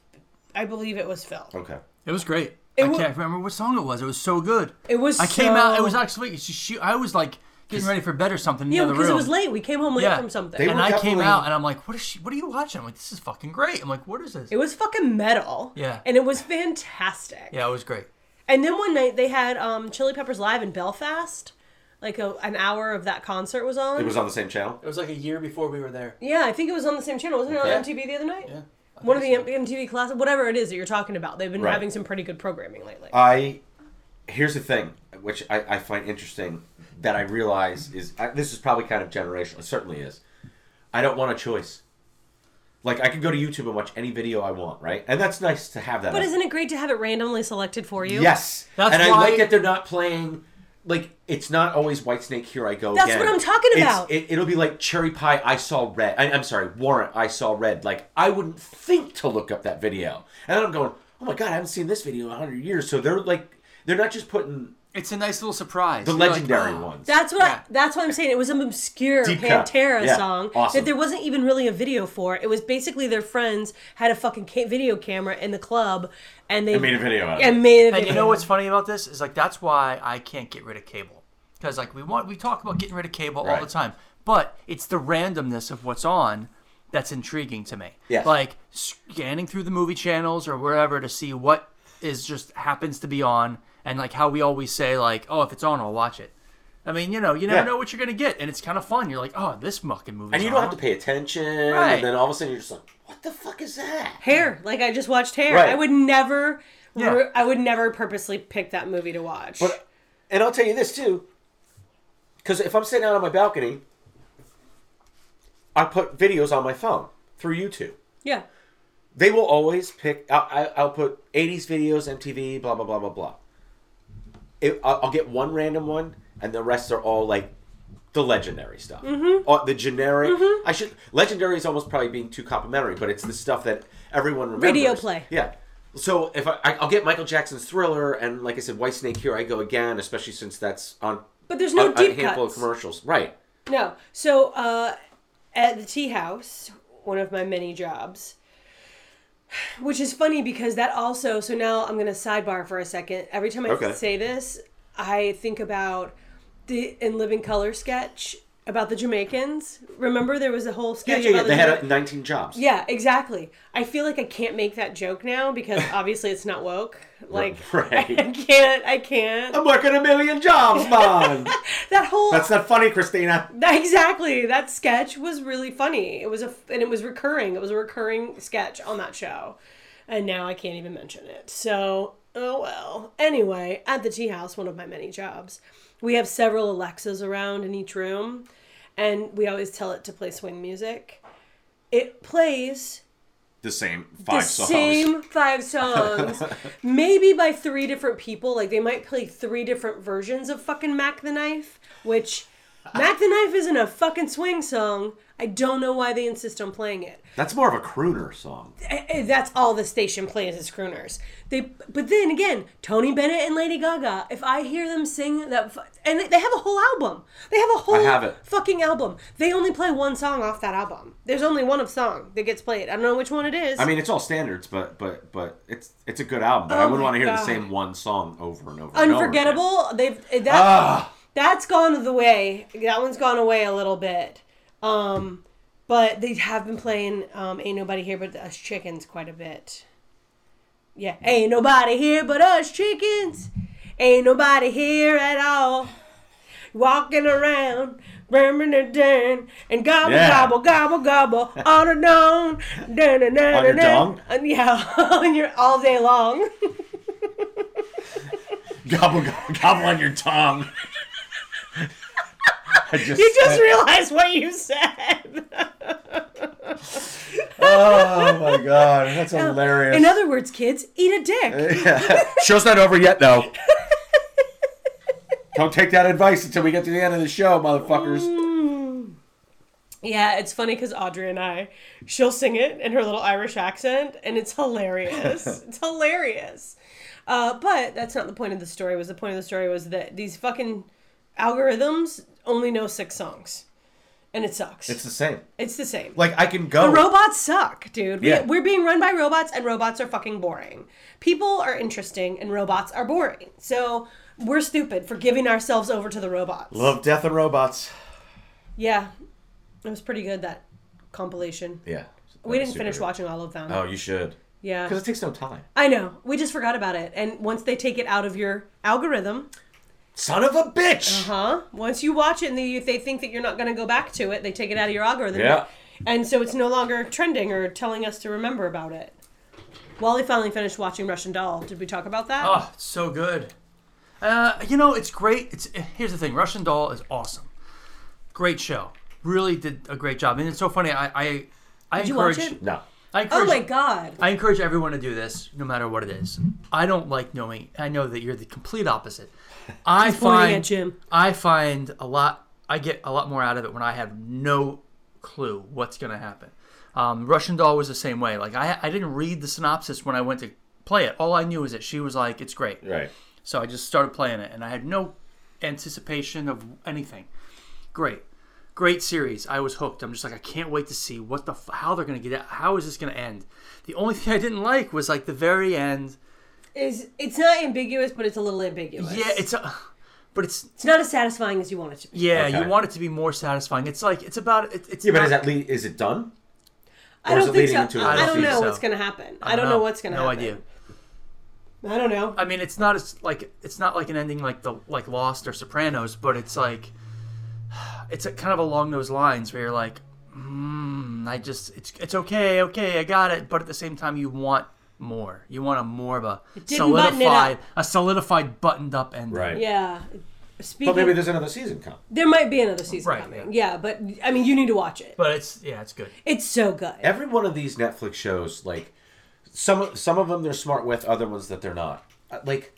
Speaker 1: I believe it was Phil.
Speaker 2: Okay.
Speaker 4: It was great. I
Speaker 1: wa-
Speaker 4: can't remember what song it was. It was so good.
Speaker 1: It was.
Speaker 4: I came out. It
Speaker 1: so-
Speaker 4: was actually. She, she, I was like getting ready for bed or something in the
Speaker 1: Yeah,
Speaker 4: other
Speaker 1: because
Speaker 4: room.
Speaker 1: it was late. We came home late
Speaker 4: Yeah.
Speaker 1: from something.
Speaker 2: They
Speaker 4: And
Speaker 2: were
Speaker 4: I came
Speaker 2: definitely-
Speaker 4: out and I'm like, what is she? What are you watching? I'm like, this is fucking great. I'm like, what is this?
Speaker 1: it was fucking metal.
Speaker 4: Yeah.
Speaker 1: And it was fantastic.
Speaker 4: yeah, it was great.
Speaker 1: And then one night they had um, Chili Peppers live in Belfast. Like a, an hour of that concert was on.
Speaker 2: It was on the same channel?
Speaker 4: It was like a year before we were there.
Speaker 1: yeah, I think it was on the same channel. Wasn't it on
Speaker 2: Yeah.
Speaker 1: MTV the other night?
Speaker 4: Yeah.
Speaker 1: One of the M- MTV classics, whatever it is that you're talking about. They've been
Speaker 2: Right.
Speaker 1: having some pretty good programming lately.
Speaker 2: I here's the thing, which I, I find interesting that I realize is I, this is probably kind of generational. It certainly is. I don't want a choice. Like I can go to YouTube and watch any video I want, right? And that's nice to have that.
Speaker 1: but
Speaker 2: up.
Speaker 1: isn't it great to have it randomly selected for you?
Speaker 2: yes,
Speaker 4: That's
Speaker 2: and
Speaker 4: why-
Speaker 2: I like that they're not playing. Like it's not always White Snake. Here I go.
Speaker 1: That's
Speaker 2: again.
Speaker 1: what I'm talking
Speaker 2: It's-
Speaker 1: about.
Speaker 2: it, it'll be like Cherry Pie. I saw red. I, I'm sorry, Warrant. I saw red. Like I wouldn't think to look up that video, and then I'm going, oh my god, I haven't seen this video in hundred years. So they're like, they're not just putting
Speaker 4: It's a nice little surprise.
Speaker 2: the
Speaker 4: You're like,
Speaker 2: legendary
Speaker 4: "Oh."
Speaker 2: ones.
Speaker 1: That's what
Speaker 4: Yeah.
Speaker 1: I, that's what I'm saying. It was an obscure
Speaker 2: Deep cut.
Speaker 1: Pantera
Speaker 2: Yeah.
Speaker 1: song
Speaker 2: Awesome.
Speaker 1: that there wasn't even really a video for. It was basically their friends had a fucking ca- video camera in the club, and they
Speaker 2: made a video out of it.
Speaker 1: And made a
Speaker 4: And
Speaker 1: video.
Speaker 4: you know what's funny about this is like that's why I can't get rid of cable because like we want we talk about getting rid of cable all
Speaker 2: Right.
Speaker 4: the time, but it's the randomness of what's on that's intriguing to me.
Speaker 2: Yes.
Speaker 4: Like scanning through the movie channels or wherever to see what is just happens to be on, and like how we always say like, oh, if it's on, I'll watch it. I mean, you know, you never
Speaker 2: Yeah.
Speaker 4: know what you're gonna get, and it's kind of fun. You're like, oh, this fucking movie.
Speaker 2: and you don't have to pay attention.
Speaker 4: Right.
Speaker 2: And then all of a sudden you're just like, what the fuck is that?
Speaker 1: hair. Like I just watched hair.
Speaker 2: Right.
Speaker 1: I would never.
Speaker 4: Yeah.
Speaker 1: re- I would never purposely pick that movie to watch.
Speaker 2: But and I'll tell you this too, because if I'm sitting out on my balcony, I put videos on my phone through YouTube.
Speaker 1: yeah,
Speaker 2: They will always pick. I, I, I'll put '80s videos, MTV, blah blah blah blah blah. It, I'll, I'll get one random one, and the rest are all like the legendary stuff.
Speaker 1: Mm-hmm.
Speaker 2: Or the generic. I should legendary is almost probably being too complimentary, but it's the stuff that everyone remembers.
Speaker 1: Video play.
Speaker 2: Yeah. So if I, I, I'll get Michael Jackson's Thriller, and like I said, White Snake, Here I Go Again, especially since that's on.
Speaker 1: but there's no
Speaker 2: on- on
Speaker 1: deep
Speaker 2: a handful
Speaker 1: cuts.
Speaker 2: of commercials, right?
Speaker 1: No. So uh, at the tea house, one of my many jobs, which is funny because that also. So now I'm gonna sidebar for a second. Every time I
Speaker 2: Okay.
Speaker 1: say this, I think about the in living color sketch about the Jamaicans. Remember, there was a whole
Speaker 2: Yeah,
Speaker 1: sketch
Speaker 2: yeah, yeah.
Speaker 1: about the
Speaker 2: They had
Speaker 1: Jama-
Speaker 2: uh, 19 jobs.
Speaker 1: Yeah, exactly. I feel like I can't make that joke now because obviously it's not woke. Like
Speaker 2: Right.
Speaker 1: I can't I can't.
Speaker 2: I'm working a million jobs, man.
Speaker 1: That whole
Speaker 2: That's not funny, Christina.
Speaker 1: that- exactly. That sketch was really funny. It was a and it was recurring. It was a recurring sketch on that show. And now I can't even mention it. So, oh well. Anyway, at the tea house, one of my many jobs, we have several Alexas around in each room, and we always tell it to play swing music. It plays
Speaker 2: The same five
Speaker 1: the same five songs, maybe by three different people. Like they might play three different versions of fucking Mac the Knife, which Mac the Knife isn't a fucking swing song. I don't know why they insist on playing it.
Speaker 2: That's more of a crooner song.
Speaker 1: Eh, eh, That's all the station plays is crooners. They, but then again, Tony Bennett and Lady Gaga. If I hear them sing that, fu- and they- they have a whole album. They have a whole
Speaker 2: I have it.
Speaker 1: fucking album. They only play one song off that album. There's only one of song that gets played. I don't know which one it is.
Speaker 2: I mean, it's all standards, but but but it's it's a good album. But I wouldn't
Speaker 1: Oh my
Speaker 2: want to hear
Speaker 1: God.
Speaker 2: the same one song over and over. and over again.
Speaker 1: Unforgettable. They've that
Speaker 2: Ah,
Speaker 1: that's gone the way. That one's gone away a little bit. Um, but they have been playing um, "Ain't Nobody Here But Us Chickens" quite a bit. Yeah, ain't nobody here but us chickens. Ain't nobody here at all. Walking around, burming and dun, and gobble
Speaker 2: Yeah.
Speaker 1: gobble gobble gobble all alone. Dun, dun, dun,
Speaker 2: On your
Speaker 1: dun, dun.
Speaker 2: dong?
Speaker 1: And yeah, on your all day long.
Speaker 2: gobble gobble gobble on your tongue. I just,
Speaker 1: You just realized what you said.
Speaker 2: oh my god, that's hilarious.
Speaker 1: In other words, kids, eat a dick.
Speaker 2: Show's not over yet, though.
Speaker 1: Mm.
Speaker 2: Don't take that advice until we get to the end of the show, motherfuckers.
Speaker 1: Yeah, it's funny because Audrey and I, she'll sing it in her little Irish accent, and it's hilarious. it's hilarious. Uh, but that's not the point of the story. Was the point of the story was that these fucking algorithms only know six songs, and it sucks.
Speaker 2: It's
Speaker 1: It's,
Speaker 2: the same.
Speaker 1: the same.
Speaker 2: Like I can go.
Speaker 1: robots suck, dude. We,
Speaker 2: Yeah.
Speaker 1: We're being run by robots, and robots are fucking boring. People are interesting, and robots are boring. So we're stupid for giving ourselves over to the robots.
Speaker 2: Love Death and Robots.
Speaker 1: Yeah, it was pretty good that compilation.
Speaker 2: Yeah.
Speaker 1: We didn't finish
Speaker 2: Superhero.
Speaker 1: watching all of them.
Speaker 2: Oh, you should.
Speaker 1: yeah.
Speaker 2: Because it takes no time.
Speaker 1: I know. We just forgot about it. And once they take it out of your algorithm,
Speaker 2: Son of a bitch.
Speaker 1: huh? Once you watch it and they, they think that you're not going to go back to it, they take it out of your algorithm.
Speaker 2: Yeah.
Speaker 1: And so it's no longer trending or telling us to remember about it. Wally finally finished watching Russian Doll. Did we talk about that?
Speaker 4: Oh, it's so good. Uh, you know, it's great. It's eh, here's the thing. Russian Doll is awesome. Great show. Really did a great job. And it's so funny. I I, I
Speaker 1: Did you watch
Speaker 4: encourage.
Speaker 1: it?
Speaker 2: No.
Speaker 4: I encourage
Speaker 1: Oh my god.
Speaker 4: I encourage everyone to do this, no matter what it is. I don't like knowing. I know that you're the complete opposite. I
Speaker 1: pointing
Speaker 4: find
Speaker 1: at Jim.
Speaker 4: I find a lot. I get a lot more out of it when I have no clue what's going to happen. Um, Russian Doll was the same way. Like I, I didn't read the synopsis when I went to play it. All I knew is that she was like, "It's great."
Speaker 2: Right.
Speaker 4: So I just started playing it, and I had no anticipation of anything. Great, great series. I was hooked. I'm just like, I can't wait to see what the f- how they're gonna get. Out. How is this gonna end? The only thing I didn't like was like the very end.
Speaker 1: Is it's not ambiguous, but it's a little ambiguous.
Speaker 4: Yeah, it's a, but it's
Speaker 1: it's not as satisfying as you want it to be.
Speaker 4: yeah.
Speaker 2: Okay.
Speaker 4: You want it to be more satisfying. It's like it's about it, it's.
Speaker 2: Yeah, but
Speaker 4: not-
Speaker 2: is that le- is it done?
Speaker 1: I
Speaker 2: Or is
Speaker 1: don't
Speaker 2: it
Speaker 1: think
Speaker 2: leading
Speaker 1: so.
Speaker 2: into it?
Speaker 1: I
Speaker 2: I
Speaker 1: don't,
Speaker 2: don't
Speaker 4: think
Speaker 1: know
Speaker 4: so.
Speaker 1: what's going to happen. I don't, know. what's going to
Speaker 4: No
Speaker 1: happen.
Speaker 4: idea.
Speaker 1: I don't know.
Speaker 4: I mean, it's not as like it's not like an ending like the like Lost or Sopranos, but it's like it's a, kind of along those lines where you're like, mm, I just it's it's okay, okay, I got it, but at the same time, you want more. You want a more of a
Speaker 1: didn't button it
Speaker 4: solidified
Speaker 1: up.
Speaker 4: a solidified buttoned up ending.
Speaker 2: Right.
Speaker 1: Yeah. Speaking
Speaker 2: But maybe there's another season coming.
Speaker 1: There might be another season
Speaker 4: Right,
Speaker 1: coming. Yeah. but I mean, you need to watch it.
Speaker 4: But it's yeah, it's good.
Speaker 1: It's so good.
Speaker 2: Every one of these Netflix shows, like some some of them they're smart with, other ones that they're not. Uh, Like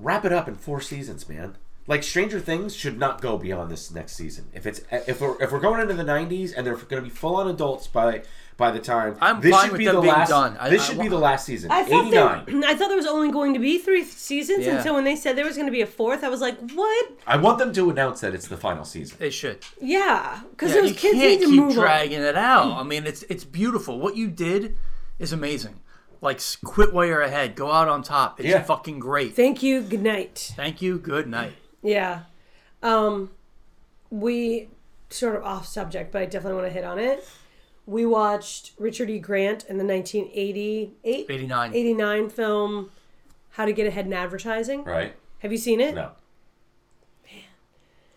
Speaker 2: wrap it up in four seasons, man. Like Stranger Things should not go beyond this next season. If it's if we're if we're going into the '90s and they're going to be full on adults by by the time
Speaker 4: I'm
Speaker 2: this
Speaker 4: fine
Speaker 2: should
Speaker 4: with
Speaker 2: be
Speaker 4: them
Speaker 2: the
Speaker 4: being
Speaker 2: last
Speaker 4: done. I-
Speaker 2: this
Speaker 4: I
Speaker 2: should
Speaker 4: wa-
Speaker 2: be the last season.
Speaker 1: I thought
Speaker 2: '89.
Speaker 1: there, I thought there was only going to be three seasons,
Speaker 4: Yeah.
Speaker 1: and so when they said there was going to be a fourth, I was like, "What?
Speaker 2: I want them to announce that it's the final season.
Speaker 4: They should.
Speaker 1: Yeah, because
Speaker 4: Yeah,
Speaker 1: those
Speaker 4: you
Speaker 1: kids
Speaker 4: can't
Speaker 1: need to
Speaker 4: keep
Speaker 1: move on."
Speaker 4: dragging it out. I mean, it's it's beautiful. What you did is amazing. Like s- quit while you're ahead. Go out on top. It's
Speaker 2: Yeah.
Speaker 4: fucking great.
Speaker 1: Thank you. Good night.
Speaker 4: Thank you. Good night.
Speaker 1: Yeah, um, we sort of off subject, but I definitely want to hit on it. We watched Richard E. Grant in the 1988
Speaker 4: 89.
Speaker 1: 89 film How to Get Ahead in Advertising.
Speaker 2: Right?
Speaker 1: Have you seen it?
Speaker 2: No.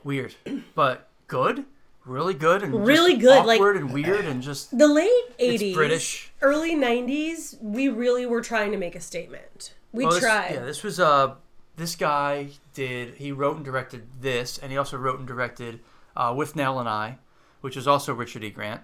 Speaker 4: weird, but good, really good, and just
Speaker 1: Really good, like-
Speaker 4: awkward and weird, and just
Speaker 1: The late 80s,
Speaker 4: British.
Speaker 1: early 90s, we really were trying to make a statement. We
Speaker 4: Well, oh, this-
Speaker 1: tried.
Speaker 4: Yeah, this was uh, this guy did he wrote and directed this, and he also wrote and directed uh, with Nell and I, which is also Richard E. Grant.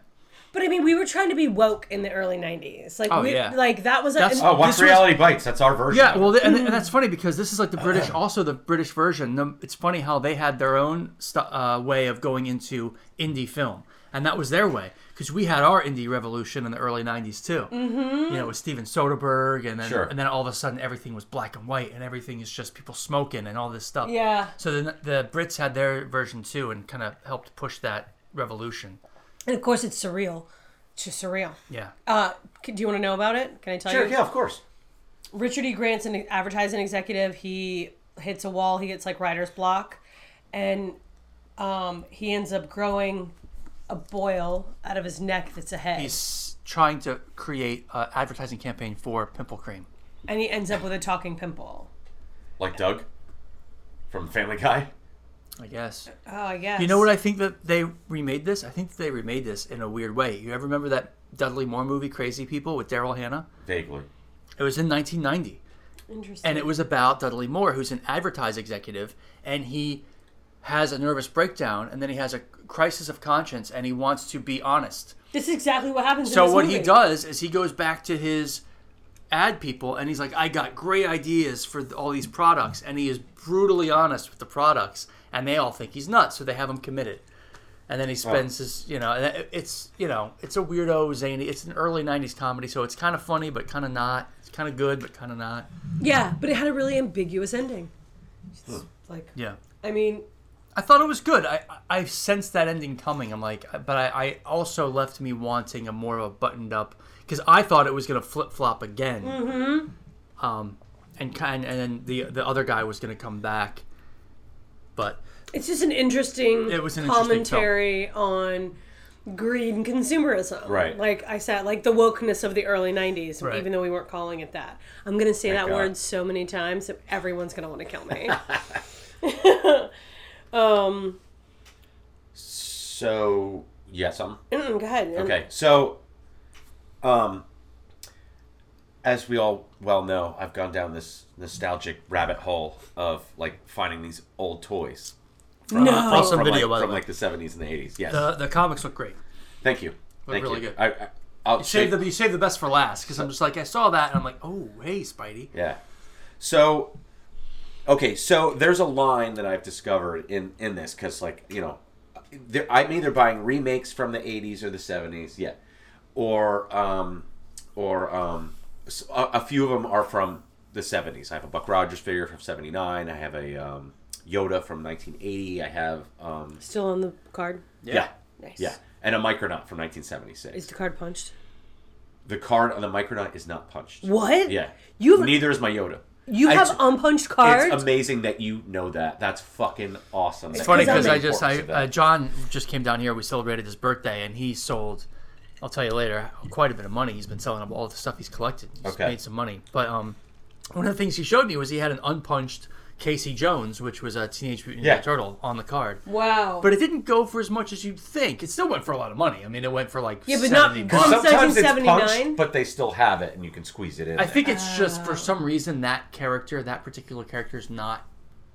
Speaker 1: But I mean, we were trying to be woke in the early '90s. Like,
Speaker 4: Oh,
Speaker 1: we,
Speaker 4: yeah.
Speaker 1: like that was.
Speaker 4: That's-
Speaker 1: A,
Speaker 2: Oh, watch
Speaker 4: This was-
Speaker 2: Reality Bites. That's our version.
Speaker 4: Yeah,
Speaker 2: of it.
Speaker 4: well, th- and, and that's funny because this is like the British, also the British version. The, it's funny how they had their own stu- uh, way of going into indie film, and that was their way because we had our indie revolution in the early '90s too. Mm-hmm. You know, with Steven Soderbergh, and then
Speaker 2: Sure.
Speaker 4: and then all of a sudden everything was black and white, and everything is just people smoking and all this stuff.
Speaker 1: yeah,
Speaker 4: So then the Brits had their version too, and kind of helped push that revolution.
Speaker 1: and of course it's surreal. It's just surreal.
Speaker 4: Yeah.
Speaker 1: Uh, c- do you want to know about it? Can I tell
Speaker 2: sure,
Speaker 1: you?
Speaker 2: yeah, of course.
Speaker 1: Richard E. Grant's an advertising executive. He hits a wall. He gets like writer's block, and um, he ends up growing a boil out of his neck that's a head,
Speaker 4: He's trying to create an advertising campaign for pimple cream.
Speaker 1: and he ends up with a talking pimple.
Speaker 2: Like Doug from Family Guy.
Speaker 4: I guess.
Speaker 1: Oh, I guess.
Speaker 4: You know what I think that they remade this? I think that they remade this in a weird way. You ever remember that Dudley Moore movie, Crazy People, with Daryl Hannah?
Speaker 2: Vaguely.
Speaker 4: It was in 1990,
Speaker 1: Interesting.
Speaker 4: and it was about Dudley Moore, who's an advertise executive, and he has a nervous breakdown, and then he has a crisis of conscience, and he wants to be honest.
Speaker 1: this is exactly what happens.
Speaker 4: So
Speaker 1: in this
Speaker 4: what
Speaker 1: movie.
Speaker 4: he does is he goes back to his ad people and he's like, I got great ideas for th- all these products, and he is brutally honest with the products, and they all think he's nuts, so they have him committed. and then he spends his you know and it- it's you know it's a weirdo zany. It's an early '90s comedy, so it's kind of funny but kind of not. It's kind of good but kind of not.
Speaker 1: Yeah, but it had a really ambiguous ending. It's
Speaker 4: Hmm.
Speaker 1: like,
Speaker 4: Yeah.
Speaker 1: I mean,
Speaker 4: I thought it was good. I I I sensed that ending coming. I'm like, but I, I also left me wanting a more of a buttoned up because I thought it was gonna flip flop again. Mm-hmm. Um, and kind and then the the other guy was gonna come back, but
Speaker 1: it's just an interesting
Speaker 4: It was an interesting
Speaker 1: commentary on greed and consumerism.
Speaker 2: Right.
Speaker 1: Like I said, like the wokeness of the early 90s,
Speaker 4: Right.
Speaker 1: even though we weren't calling it that. I'm going to say that
Speaker 2: God.
Speaker 1: word so many times that everyone's going to want to kill me.
Speaker 2: So yeah, something.
Speaker 1: Mm, Go ahead.
Speaker 2: Okay, so, um, as we all well know, I've gone down this nostalgic rabbit hole of like finding these old toys. From,
Speaker 1: No.
Speaker 2: from-
Speaker 4: uh, Awesome
Speaker 2: from,
Speaker 4: video,
Speaker 2: like,
Speaker 4: by the
Speaker 2: from
Speaker 4: way.
Speaker 2: like the seventies and the eighties. Yes,
Speaker 4: the the comics look great.
Speaker 2: thank you. Thank
Speaker 4: really
Speaker 2: you.
Speaker 4: good.
Speaker 2: I, I, I'll
Speaker 4: Save
Speaker 2: take-
Speaker 4: the you save the best for last because I'm just like I saw that and I'm like, oh hey Spidey,
Speaker 2: Yeah. So, okay, so there's a line that I've discovered in in this because, like, you know, there- I'm either buying remakes from the '80s or the '70s, yeah, or um, or um, s- a, a few of them are from the '70s. I have a Buck Rogers figure from '79. I have a um, Yoda from 1980. I have um,
Speaker 1: Still on the card.
Speaker 2: yeah,
Speaker 1: Nice.
Speaker 2: yeah, and a Micronaut from 1976.
Speaker 1: Is the card punched?
Speaker 2: the card on the Micronaut is not punched.
Speaker 1: What?
Speaker 2: Yeah,
Speaker 1: You have,
Speaker 2: neither is my Yoda.
Speaker 1: you
Speaker 2: I-
Speaker 1: have unpunched cards?
Speaker 2: It's amazing that you know that. That's fucking awesome. It's
Speaker 4: funny
Speaker 1: 'Cause
Speaker 4: because
Speaker 1: I'm
Speaker 4: I just I uh, John just came down here. We celebrated his birthday, and he sold. I'll tell you later. Quite a bit of money. He's been selling up all the stuff he's collected. He's
Speaker 2: Okay.
Speaker 4: made some money. But um, one of the things he showed me was he had an unpunched Casey Jones, which was a Teenage Mutant Ninja
Speaker 2: Yeah.
Speaker 4: Turtle on the card.
Speaker 1: Mm. wow.
Speaker 4: But it didn't go for as much as you'd think. It still went for a lot of money. I mean, it went for like
Speaker 1: Yeah, but not
Speaker 4: 70
Speaker 1: good.
Speaker 4: bucks.
Speaker 2: sometimes it's
Speaker 1: 1979?
Speaker 2: punched, but they still have it, and you can squeeze it in.
Speaker 4: I
Speaker 2: there.
Speaker 4: think it's just
Speaker 1: Oh.
Speaker 4: for some reason that character, that particular character, is not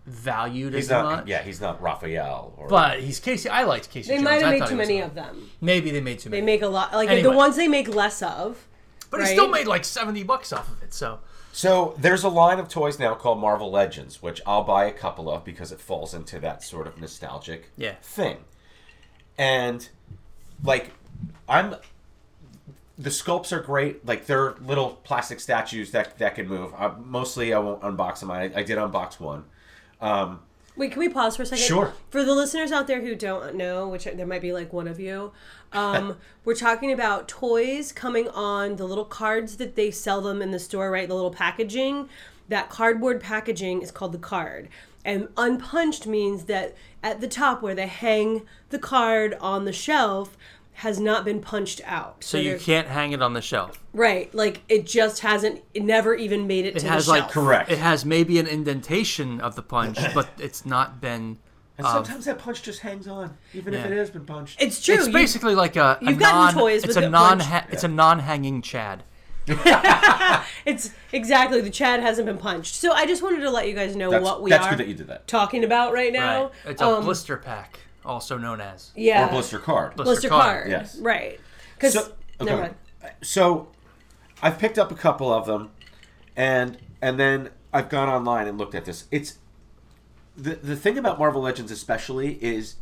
Speaker 4: valued
Speaker 2: he's
Speaker 4: as
Speaker 2: not.
Speaker 4: much.
Speaker 2: Yeah, he's not Raphael. Or,
Speaker 4: But he's Casey. I liked Casey.
Speaker 1: they
Speaker 4: Jones.
Speaker 1: might
Speaker 4: I
Speaker 1: have
Speaker 4: thought
Speaker 1: made too
Speaker 4: he was
Speaker 1: many
Speaker 4: a-
Speaker 1: of them.
Speaker 4: Maybe they made too many.
Speaker 1: They make a lot. Like the
Speaker 4: Anyway.
Speaker 1: ones they make less of.
Speaker 4: But
Speaker 1: right?
Speaker 4: he still made like seventy bucks off of it. So
Speaker 2: so there's a line of toys now called Marvel Legends, which I'll buy a couple of because it falls into that sort of nostalgic
Speaker 4: Yeah.
Speaker 2: thing. And like, I'm. The sculpts are great. Like they're little plastic statues that that can move. I, mostly, I won't unbox them. I, I did unbox one. Um,
Speaker 1: Wait, can we pause for a second?
Speaker 2: Sure.
Speaker 1: For the listeners out there who don't know, which there might be like one of you, um, we're talking about toys coming on the little cards that they sell them in the store, right? The little packaging. That cardboard packaging is called the card. And unpunched means that at the top where they hang the card on the shelf has not been punched out.
Speaker 4: so you
Speaker 1: they're-
Speaker 4: can't hang it on the shelf.
Speaker 1: Right. Like it just hasn't, it never even made it,
Speaker 4: It
Speaker 1: to
Speaker 4: has
Speaker 1: the shelf.
Speaker 4: like
Speaker 2: Correct.
Speaker 4: It has maybe an indentation of the punch, but it's not been.
Speaker 2: And sometimes that punch just hangs on, even if
Speaker 4: yeah.
Speaker 2: it has been punched.
Speaker 1: It's true.
Speaker 4: it's
Speaker 1: you-
Speaker 4: basically like a, a
Speaker 1: you've gotten
Speaker 4: non.
Speaker 1: toys
Speaker 4: it's
Speaker 1: with
Speaker 4: a
Speaker 1: the
Speaker 4: non.
Speaker 1: punch.
Speaker 4: Ha- It's a non-hanging Chad.
Speaker 1: It's exactly the Chad hasn't been punched. So I just wanted to let you guys know
Speaker 2: That's,
Speaker 1: what we
Speaker 2: that's
Speaker 1: are
Speaker 2: good that you did that.
Speaker 1: talking about right now. Um,
Speaker 4: Right. It's a blister pack, also known as.
Speaker 1: yeah,
Speaker 2: Or blister card.
Speaker 1: blister
Speaker 4: card.
Speaker 1: card.
Speaker 2: Yes.
Speaker 1: Right. Because
Speaker 2: So, okay. so I've picked up a couple of them, and and then I've gone online and looked at this. It's the the thing about Marvel Legends especially is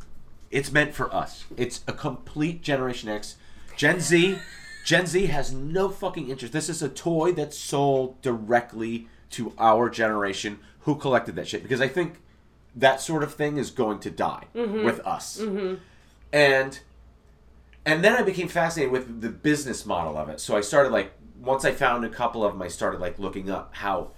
Speaker 2: it's meant for us. It's a complete Generation X, Gen Z. Gen Z has no fucking interest. This is a toy that's sold directly to our generation who collected that shit because I think that sort of thing is going to die with us. And and then I became fascinated with the business model of it. So I started like once I found a couple of them, I started like looking up how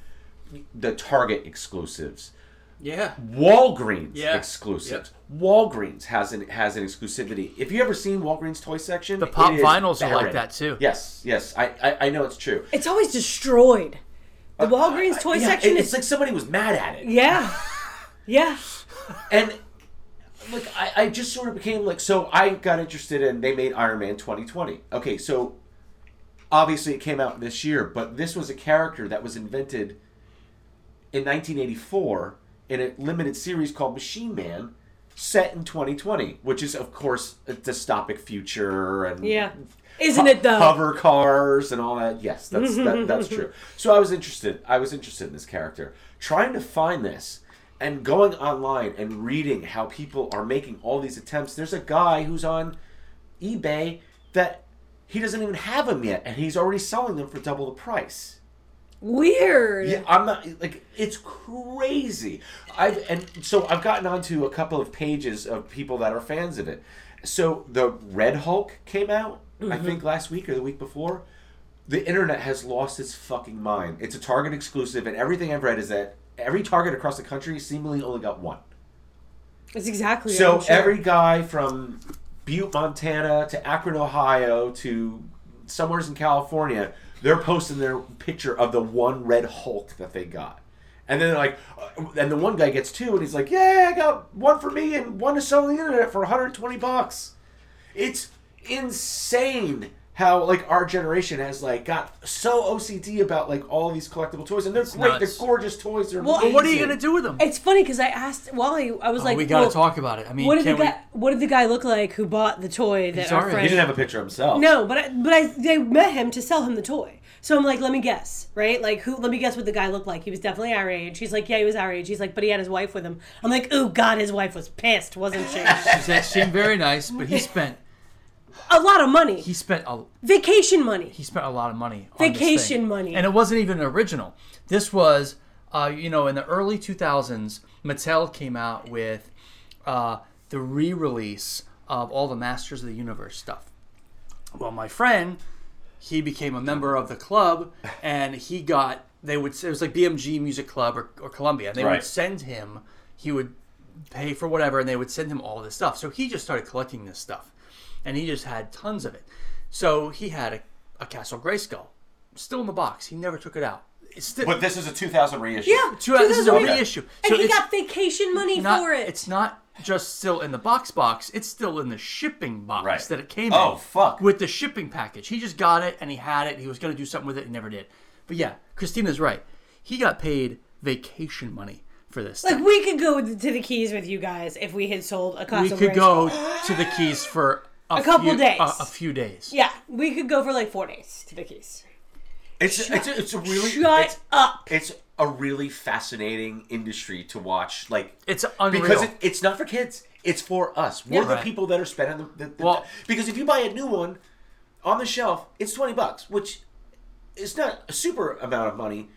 Speaker 2: the Target exclusives,
Speaker 4: Yeah.
Speaker 2: Walgreens
Speaker 4: Yeah.
Speaker 2: exclusives. Walgreens has an has an exclusivity. If you ever seen Walgreens toy section, the
Speaker 4: pop vinyls are like that, too.
Speaker 2: Yes, yes, I I, I know it's true.
Speaker 1: it's always destroyed. The Walgreens toy
Speaker 2: Uh, Yeah,
Speaker 1: section
Speaker 2: it-
Speaker 1: is
Speaker 2: it's like somebody was mad at it.
Speaker 1: yeah, yeah.
Speaker 2: and look, I, I just sort of became like so I got interested in they made Iron Man 2020. Okay, so obviously it came out this year, but this was a character that was invented in 1984 in a limited series called Machine Man set in 2020, which is of course a dystopic future and
Speaker 1: Yeah. Isn't it though?
Speaker 2: hover cars and all that. Yes, that's that, that's true. So I was interested. I was interested in this character. Trying to find this and going online and reading how people are making all these attempts. There's a guy who's on eBay that he doesn't even have them yet, and he's already selling them for double the price.
Speaker 1: Weird.
Speaker 2: Yeah, I'm not like it's crazy. I've and so I've gotten onto a couple of pages of people that are fans of it. So the Red Hulk came out, I think last week or the week before. The internet has lost its fucking mind. It's a Target exclusive, and everything I've read is that every Target across the country seemingly only got one.
Speaker 1: It's exactly.
Speaker 2: So
Speaker 1: I'm sure.
Speaker 2: every guy from Butte, Montana to Akron, Ohio to somewheres in California, they're posting their picture of the one red Hulk that they got. And then they're like, uh, and the one guy gets two, and he's like, "Yeah, I got one for me, and one to sell on the internet for 120 bucks." It's insane how like our generation has like got so OCD about like all these collectible toys, and they're great,
Speaker 4: nuts.
Speaker 2: they're gorgeous toys. They're
Speaker 1: Well,
Speaker 2: amazing.
Speaker 4: What are you gonna do with them?
Speaker 1: It's funny because I asked Wally. I was like,
Speaker 4: Oh, we gotta
Speaker 1: well,
Speaker 4: talk about it. I mean,
Speaker 1: What did the
Speaker 4: can we?
Speaker 1: guy? What did the guy look like who bought the toy that
Speaker 4: He's
Speaker 1: our
Speaker 4: already-
Speaker 1: friend?
Speaker 2: He didn't have a picture of himself.
Speaker 1: No, but I, but I they met him to sell him the toy. So I'm like, let me guess, right? Like who? Let me guess what the guy looked like. He was definitely our age. He's like, yeah, he was our age. He's like, but he had his wife with him. I'm like, oh god, his wife was pissed, wasn't she?
Speaker 4: She said- seemed very nice, but he spent
Speaker 1: a lot of money,
Speaker 4: he spent a
Speaker 1: vacation money.
Speaker 4: he spent a lot of money. on this thing.
Speaker 1: Vacation money.
Speaker 4: and it wasn't even original. This was, uh, you know, in the early 2000s, Mattel came out with uh, the re-release of all the Masters of the Universe stuff. Well, my friend, he became a member of the club, and he got they would it was like BMG Music Club or, or Columbia. They
Speaker 2: Right.
Speaker 4: would send him, he would pay for whatever, and they would send him all this stuff. So he just started collecting this stuff, and he just had tons of it. So he had a, a Castle Grayskull, still in the box. He never took it out. It's still,
Speaker 2: But Oh, this is a 2000 reissue.
Speaker 1: Yeah,
Speaker 4: two, this is a
Speaker 1: 2008.
Speaker 4: reissue.
Speaker 1: And he
Speaker 4: it's
Speaker 1: got vacation money
Speaker 4: not,
Speaker 1: for it.
Speaker 4: It's not just still in the box box. It's still in the shipping box
Speaker 2: Right.
Speaker 4: that it came in.
Speaker 2: Oh, fuck.
Speaker 4: With the shipping package, he just got it and he had it. He was going to do something with it, and never did. But yeah, Christina's right. He got paid vacation money for this.
Speaker 1: like
Speaker 4: thing.
Speaker 1: we could go to the keys with you guys if we had sold a Casa
Speaker 4: we could
Speaker 1: Grande.
Speaker 4: go to the keys for a,
Speaker 1: couple
Speaker 4: few- uh,
Speaker 1: days.
Speaker 4: A, a few days.
Speaker 1: Yeah, we could go for like four days to the keys.
Speaker 2: It's it's a, it's a really
Speaker 1: Shut
Speaker 2: it's,
Speaker 1: up.
Speaker 2: it's a really fascinating industry to watch. Like
Speaker 4: It's unreal.
Speaker 2: because it, it's not for kids. It's for us. We're the
Speaker 4: Right.
Speaker 2: people that are spending the, the, the
Speaker 4: Well-
Speaker 2: because if you buy a new one on the shelf, it's twenty bucks, which is not a super amount of money,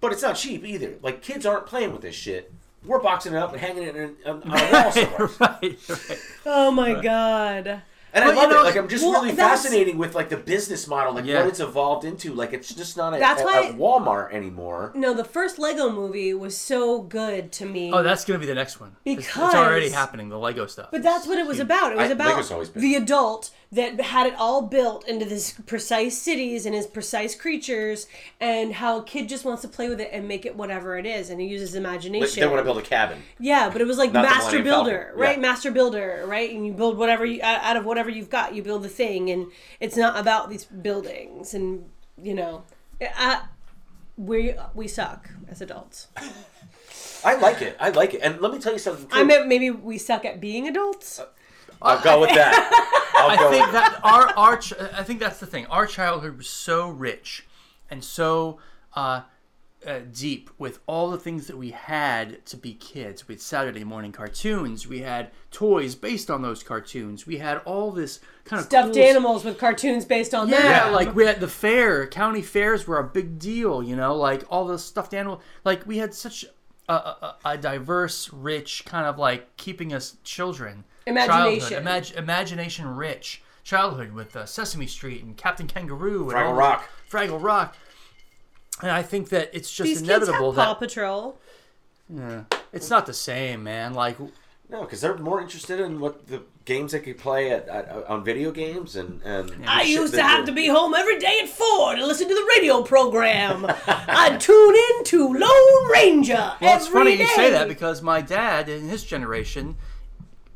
Speaker 2: but it's not cheap either. Like kids aren't playing with this shit. We're boxing it up and hanging it in, on, on a wall somewhere.
Speaker 4: right, right.
Speaker 1: Oh my god.
Speaker 2: And
Speaker 4: Well,
Speaker 2: I love
Speaker 4: you know,
Speaker 2: it. Like I'm just
Speaker 1: well,
Speaker 2: really
Speaker 1: that's-
Speaker 2: fascinating with like the business model, like
Speaker 4: Yeah.
Speaker 2: what it's evolved into. Like it's just not at,
Speaker 1: That's
Speaker 2: at,
Speaker 1: why-
Speaker 2: at Walmart anymore.
Speaker 1: No, the first Lego movie was so good to me.
Speaker 4: Oh, that's going to be the next one. It's-
Speaker 1: Because-
Speaker 4: it's already happening. The Lego stuff.
Speaker 1: But that's what it was about. It was
Speaker 2: I- Lego's always
Speaker 1: about
Speaker 2: been-
Speaker 1: the adult that had it all built into this precise cities and his precise creatures, and how a kid just wants to play with it and make it whatever it is, and he uses
Speaker 2: Like,
Speaker 1: imagination.
Speaker 2: they want to build a cabin.
Speaker 1: yeah, but it was like
Speaker 2: Not the
Speaker 1: master
Speaker 2: Millennium Falcon.
Speaker 1: builder,
Speaker 2: Yeah.
Speaker 1: right? Master builder, right? And you build whatever you out out of whatever you've got, you build the thing, and it's not about these buildings, and you know, I, we we suck as adults.
Speaker 2: I like it. I like it. And let me tell you something. Too.
Speaker 1: I meant maybe we suck at being
Speaker 2: Uh,
Speaker 1: adults.
Speaker 2: I'll go with that. I'll go
Speaker 4: I think
Speaker 2: with that.
Speaker 4: that our our ch- I think that's the thing. Our childhood was so rich and so uh, uh, deep with all the things that we had to be kids. We had Saturday morning cartoons. We had toys based on those cartoons. We had all this kind of
Speaker 1: Stuffed
Speaker 4: cool
Speaker 1: animals with cartoons based on them.
Speaker 4: yeah,
Speaker 2: Yeah.
Speaker 4: like we had the fair. County fairs were a big deal, you know. Like all the stuffed animal. Like we had such a, a, a diverse, rich kind of like keeping us children.
Speaker 1: Imagination.
Speaker 4: Childhood, imag- imagination rich childhood with uh, Sesame Street and Captain Kangaroo and
Speaker 2: Fraggle
Speaker 4: all-
Speaker 2: Rock.
Speaker 4: Fraggle Rock. And I think that it's just
Speaker 1: These kids
Speaker 4: inevitable
Speaker 1: have Paw
Speaker 4: that
Speaker 1: Patrol.
Speaker 4: it's not the same, man. Like
Speaker 2: No, because they're more interested in what the games they could play at, at, on video games and and.
Speaker 1: I used to have to be home every day at four to listen to the radio program. I'd tune in to Lone Ranger.
Speaker 4: Well, it's
Speaker 1: every
Speaker 4: funny you say
Speaker 1: day.
Speaker 4: that because my dad in his generation,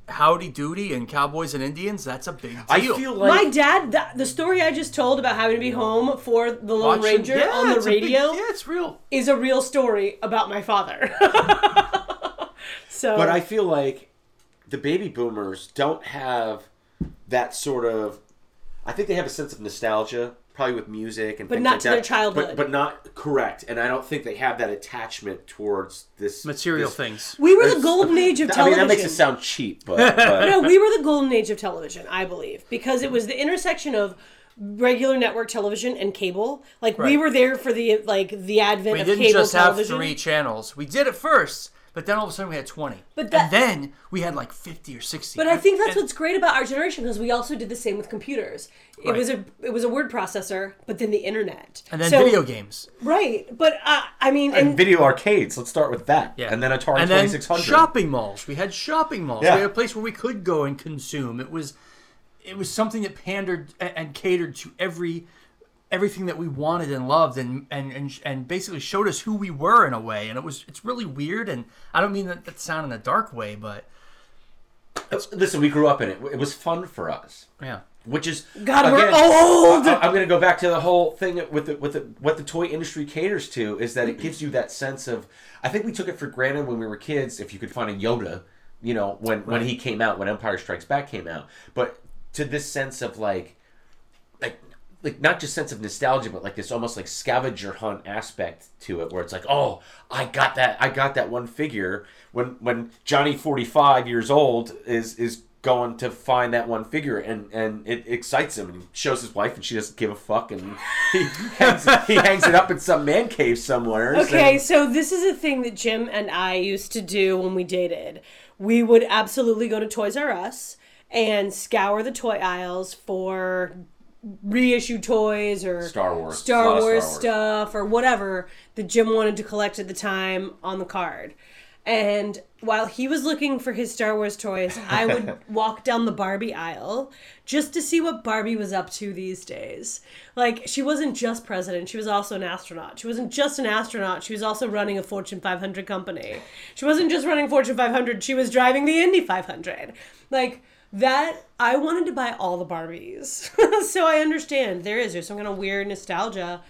Speaker 4: Howdy Doody and Cowboys and Indians, that's a big deal.
Speaker 2: I feel like
Speaker 1: my dad, that, the story I just told about having to be home for the Lone
Speaker 4: Watching-
Speaker 1: Ranger
Speaker 4: yeah,
Speaker 1: on the
Speaker 4: it's a big-
Speaker 1: radio
Speaker 4: yeah, it's real.
Speaker 1: is a real story about my father. so,
Speaker 2: But I feel like the baby boomers don't have that sort of. I think they have a sense of nostalgia probably with music and
Speaker 1: But
Speaker 2: things
Speaker 1: not
Speaker 2: like
Speaker 1: to their
Speaker 2: that.
Speaker 1: childhood.
Speaker 2: But, but not correct. And I don't think they have that attachment towards this
Speaker 4: Material
Speaker 2: this-
Speaker 4: things.
Speaker 1: We were the
Speaker 2: this-
Speaker 1: golden age of
Speaker 2: I mean,
Speaker 1: television.
Speaker 2: that makes it sound cheap, but, but
Speaker 1: no, we were the golden age of television, I believe, because it was the intersection of regular network television and cable. Like we
Speaker 4: Right.
Speaker 1: were there for the like the advent
Speaker 4: We
Speaker 1: of
Speaker 4: didn't
Speaker 1: cable
Speaker 4: just
Speaker 1: television.
Speaker 4: have three channels. We did it first, but then all of a sudden we had 20.
Speaker 1: But that-
Speaker 4: and then we had like 50 or 60.
Speaker 1: But I think that's what's great about our generation because we also did the same with computers. It was a it was a word processor, but then the internet
Speaker 4: And then
Speaker 1: So-
Speaker 4: video games.
Speaker 1: right? But uh, I mean, and,
Speaker 2: and video arcades. Let's start with that.
Speaker 4: Yeah.
Speaker 2: And then Atari
Speaker 4: And
Speaker 2: Twenty Six
Speaker 4: then
Speaker 2: Hundred.
Speaker 4: shopping malls. We had shopping malls.
Speaker 2: Yeah.
Speaker 4: We had a place where we could go and consume. It was, it was something that pandered a- and catered to every, everything that we wanted and loved, and and and, and basically showed us who we were in a way. And it was, it's really weird. And I don't mean that, that sound in a dark way, but
Speaker 2: Listen, we grew up in it. It was fun for us.
Speaker 4: yeah.
Speaker 2: which is
Speaker 1: God, we're old!
Speaker 2: I, am going to go back to the whole thing with the, with the, what the toy industry caters to is that it gives you that sense of. I think we took it for granted when we were kids. If you could find a Yoda, you know, when when he came out, when Empire Strikes Back came out, but to this sense of like, like. Like not just sense of nostalgia, but like this almost like scavenger hunt aspect to it, where it's like, oh, I got that, I got that one figure. When when Johnny forty five years old is is going to find that one figure and and it excites him and he shows his wife and she doesn't give a fuck and he hangs, he hangs it up in some man cave somewhere
Speaker 1: Okay,
Speaker 2: so,
Speaker 1: so this is a thing that Jim and I used to do when we dated. We would absolutely go to Toys R Us and scour the toy aisles for reissue toys or
Speaker 2: Star Wars. A lot
Speaker 1: Star
Speaker 2: of Star
Speaker 1: Wars
Speaker 2: Wars.
Speaker 1: stuff or whatever that Jim wanted to collect at the time on the card. And while he was looking for his Star Wars toys, I would walk down the Barbie aisle just to see what Barbie was up to these days. Like, she wasn't just president, she was also an astronaut. She wasn't just an astronaut, she was also running a Fortune 500 company. She wasn't just running Fortune 500, she was driving the Indy 500. Like, that I wanted to buy all the Barbies. so I understand there is there's some kind of weird nostalgia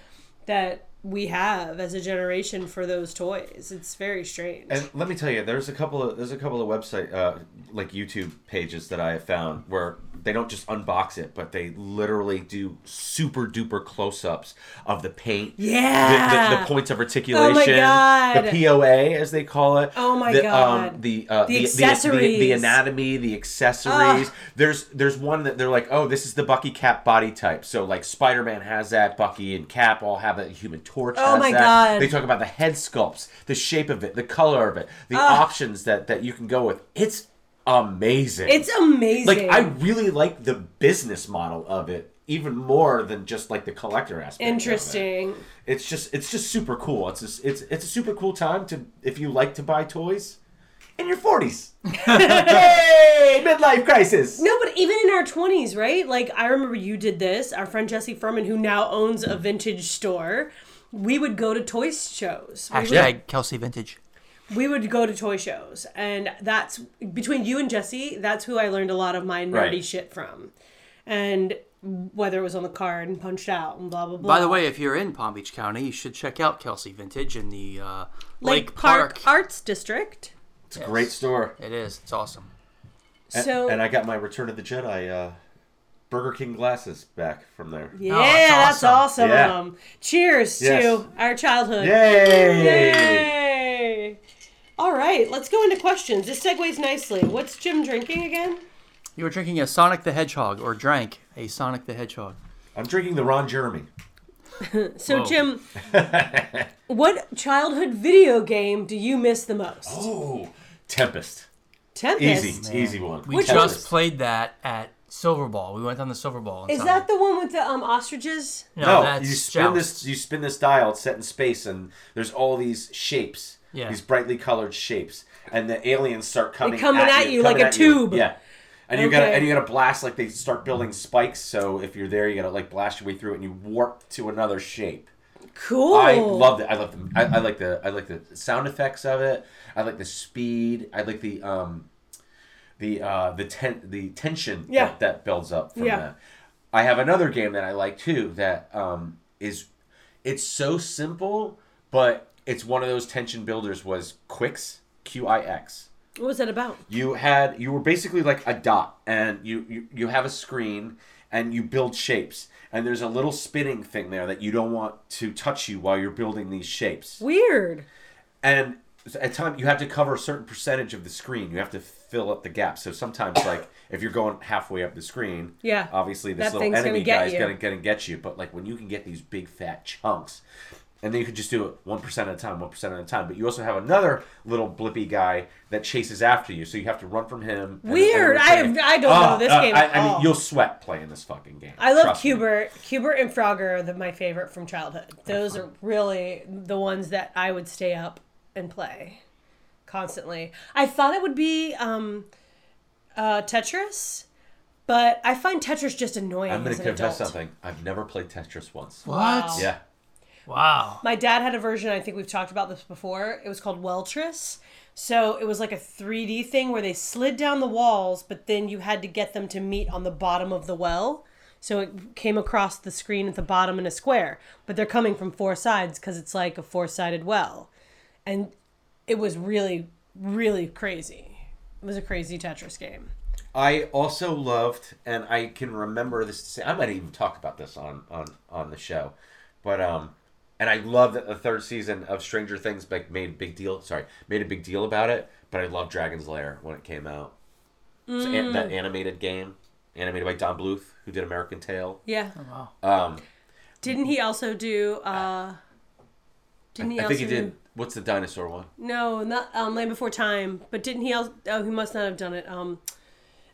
Speaker 1: that we have as a generation for those toys. It's very strange.
Speaker 2: and let me tell you there's a couple of there's a couple of website uh, like youtube pages that i have found where they don't just unbox it but they literally do super duper close-ups of the paint
Speaker 1: Yeah.
Speaker 2: the, the, the points of articulation
Speaker 1: Ah. Oh God.
Speaker 2: the poa as they call it
Speaker 1: Oh my
Speaker 2: the,
Speaker 1: God.
Speaker 2: um, the, uh,
Speaker 1: The
Speaker 2: the, the, the
Speaker 1: accessories.
Speaker 2: anatomy the accessories there's there's one that they're like oh this is the bucky cap body type so like spider-man has that bucky and cap all have a human torch
Speaker 1: Oh
Speaker 2: has
Speaker 1: my
Speaker 2: that.
Speaker 1: God.
Speaker 2: They talk about the head sculpts, the shape of it, the color of it, the options that that you can go with. It's amazing.
Speaker 1: it's amazing.
Speaker 2: like I really like the business model of it even more than just like the collector aspect. of it.
Speaker 1: interesting.
Speaker 2: It's just it's just super cool. It's just, it's it's a super cool time to if you like to buy toys in your 40s. Yay! Midlife crisis.
Speaker 1: No, but even in our 20s, right? Like, I remember you did this. Our friend Jesse Furman, who now owns a vintage store, we would go to toy shows. We would-
Speaker 4: Hashtag Kelsey Vintage.
Speaker 1: we would go to toy shows and that's between you and jesse that's who i learned a lot of my nerdy
Speaker 2: Right.
Speaker 1: shit from and whether it was on the card and punched out and blah blah blah
Speaker 4: By the way, if you're in Palm Beach County, you should check out Kelsey Vintage in the uh,
Speaker 1: lake, park, arts district
Speaker 2: It's a great store.
Speaker 4: It is. It's awesome.
Speaker 1: so
Speaker 2: and I got my Return of the Jedi uh, Burger King glasses back from there.
Speaker 1: yeah
Speaker 4: that's
Speaker 1: that's awesome,
Speaker 2: Oh, awesome. Yeah.
Speaker 1: Um, cheers
Speaker 2: Yes.
Speaker 1: to our childhood
Speaker 2: Yay!
Speaker 1: Yay! all right let's go into questions this segues nicely what's jim drinking again
Speaker 4: You were drinking a Sonic the Hedgehog, or drank a Sonic the Hedgehog.
Speaker 2: I'm drinking the Ron Jeremy.
Speaker 1: so
Speaker 4: Whoa.
Speaker 1: jim what childhood video game do you miss the most
Speaker 2: Oh, Tempest.
Speaker 1: tempest
Speaker 2: Easy, easy one.
Speaker 4: We
Speaker 1: Which
Speaker 4: just
Speaker 2: Tempest.
Speaker 4: played that at Silver Ball. We went on the Silver Ball. and
Speaker 1: Is
Speaker 4: saw
Speaker 1: that the one with the um ostriches?
Speaker 2: No,
Speaker 4: that's
Speaker 2: you spin
Speaker 4: Joust.
Speaker 2: this. You spin this dial. It's set in space, and there's all these shapes.
Speaker 4: Yeah.
Speaker 2: These brightly colored shapes, and the aliens start coming
Speaker 1: coming at you like
Speaker 2: coming
Speaker 1: a
Speaker 2: at you.
Speaker 1: tube.
Speaker 2: Yeah. And you gotta
Speaker 1: Okay.
Speaker 2: and you gotta blast like they start building spikes. So if you're there, you gotta like blast your way through it, and you warp to another shape.
Speaker 1: Cool.
Speaker 2: I love it. I love the. I, I like the. I like the sound effects of it. I like the speed. I like the um, the uh, the ten the tension
Speaker 1: Yeah.
Speaker 2: that, that builds up from
Speaker 1: Yeah.
Speaker 2: that. I have another game that I like too. That um is, it's so simple, but it's one of those tension builders. Was Quix Q I X
Speaker 1: What was that about?
Speaker 2: you had you were basically like a dot and you you, you have a screen and you build shapes and there's a little spinning thing there that you don't want to touch you while you're building these shapes.
Speaker 1: Weird.
Speaker 2: And at time you have to cover a certain percentage of the screen. You have to fill up the gap. So sometimes, like if you're going halfway up the screen,
Speaker 1: Yeah.
Speaker 2: obviously this
Speaker 1: That
Speaker 2: little
Speaker 1: thing's gonna
Speaker 2: enemy
Speaker 1: get
Speaker 2: guy's
Speaker 1: you.
Speaker 2: gonna gonna get you. But like when you can get these big fat chunks, and then you could just do it one percent at a time, one percent at a time. But you also have another little blippy guy that chases after you, so you have to run from him. and-
Speaker 1: Weird.
Speaker 2: and-
Speaker 1: I have- I don't know this game
Speaker 2: Ah, uh, I,
Speaker 1: at
Speaker 2: I mean,
Speaker 1: all.
Speaker 2: you'll sweat playing this fucking game.
Speaker 1: I love
Speaker 2: Trust me.
Speaker 1: Cubert. Cubert and Frogger are the, my favorite from childhood. Those are really the ones that I would stay up and play constantly. I thought it would be um, uh, Tetris, but I find Tetris just annoying.
Speaker 2: I'm going
Speaker 1: as
Speaker 2: to
Speaker 1: an
Speaker 2: confess
Speaker 1: adult.
Speaker 2: something. I've never played Tetris once.
Speaker 1: Wow.
Speaker 2: Yeah.
Speaker 4: Wow.
Speaker 1: My dad had a version, I think we've talked about this before. It was called Weltris. So it was like a 3D thing where they slid down the walls, but then you had to get them to meet on the bottom of the well. So it came across the screen at the bottom in a square, but they're coming from four sides because it's like a four sided well. And it was really, really crazy. It was a crazy Tetris game.
Speaker 2: I also loved, and I can remember this. I might even talk about this on on on the show, but um, and I love that the third season of Stranger Things like made a big deal. Sorry, made a big deal about it. But I love Dragon's Lair when it came out. So, an- that animated game, animated by Don Bluth, who did American Tail.
Speaker 1: Yeah.
Speaker 4: Wow.
Speaker 2: Um,
Speaker 1: Didn't he also do. uh Didn't he
Speaker 2: I
Speaker 1: also
Speaker 2: think he
Speaker 1: do-
Speaker 2: did. What's the dinosaur one?
Speaker 1: No, not um, Land Before Time. But didn't he? Also, oh, he must not have done it. Um,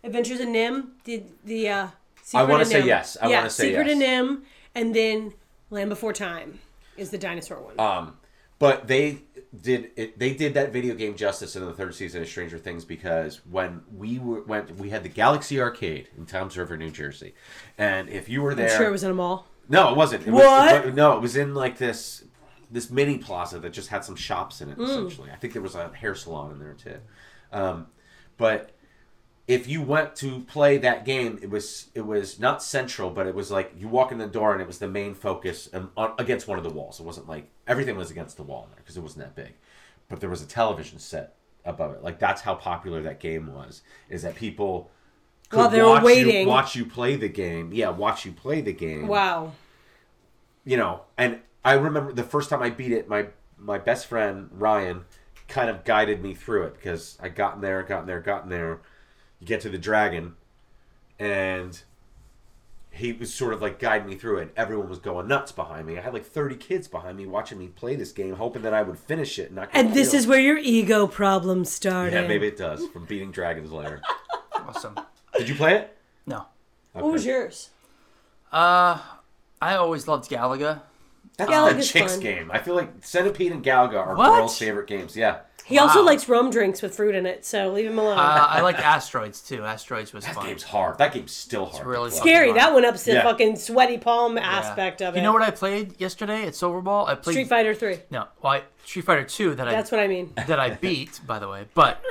Speaker 1: Adventures in Nim. Did the uh, Secret
Speaker 2: wanna
Speaker 1: in
Speaker 2: say
Speaker 1: Nim.
Speaker 2: yes. I
Speaker 1: yeah,
Speaker 2: wanna say
Speaker 1: Secret in
Speaker 2: yes.
Speaker 1: Nim, and then Land Before Time is the dinosaur one.
Speaker 2: Um, but they did it, they did that video game justice in the third season of Stranger Things because when we were went we had the Galaxy Arcade in Tom's River, New Jersey, and if you were
Speaker 1: I'm
Speaker 2: there,
Speaker 1: sure it was in a mall.
Speaker 2: no, it wasn't. It Was,
Speaker 1: What?
Speaker 2: it wa- no, it was in like this this mini plaza that just had some shops
Speaker 1: Hmm.
Speaker 2: in it. Essentially, I think there was a hair salon in there too. Um, but if you went to play that game, it was it was not central, but it was like you walk in the door and it was the main focus um, on, against one of the walls. It wasn't like everything was against the wall in there because it wasn't that big, but there was a television set above it. Like that's how popular that game was. Is that people could
Speaker 1: While they were
Speaker 2: watch you-
Speaker 1: waiting.
Speaker 2: watch you play the game? Yeah, watch you play the game
Speaker 1: Wow.
Speaker 2: you know, and I remember the first time I beat it, my my best friend Ryan kind of guided me through it because I got in there, got in there, got in there. You get to the dragon, and he was sort of like guiding me through it. Everyone was going nuts behind me. I had like thirty kids behind me watching me play this game, hoping that I would finish it. And, not get
Speaker 1: And this
Speaker 2: killed.
Speaker 1: is where your ego problem started.
Speaker 2: yeah, maybe it does from beating Dragon's Lair.
Speaker 4: Awesome.
Speaker 2: Did you play it?
Speaker 4: No.
Speaker 1: What was yours?
Speaker 4: Uh, I always loved Galaga.
Speaker 2: That's the
Speaker 1: Galaga's
Speaker 2: chicks
Speaker 1: fun.
Speaker 2: game. I feel like Centipede and Galaga are
Speaker 4: What?
Speaker 2: girls' favorite games. Yeah.
Speaker 1: He also
Speaker 4: Wow.
Speaker 1: likes rum drinks with fruit in it, so leave him alone.
Speaker 2: Ah.
Speaker 4: Uh, I liked Asteroids too. Asteroids was
Speaker 2: That
Speaker 4: fun.
Speaker 2: game's hard. That game's still hard. to
Speaker 4: really
Speaker 2: play.
Speaker 4: fucking
Speaker 1: Scary.
Speaker 4: fun.
Speaker 1: That went up to
Speaker 2: Yeah.
Speaker 1: the fucking sweaty palm
Speaker 4: Yeah.
Speaker 1: aspect of it.
Speaker 4: You know what I played yesterday at Silver Ball? I played
Speaker 1: Street Fighter Three.
Speaker 4: No, well, I, Street Fighter Two that
Speaker 1: That's
Speaker 4: I
Speaker 1: what I mean.
Speaker 4: that I beat, by the way. But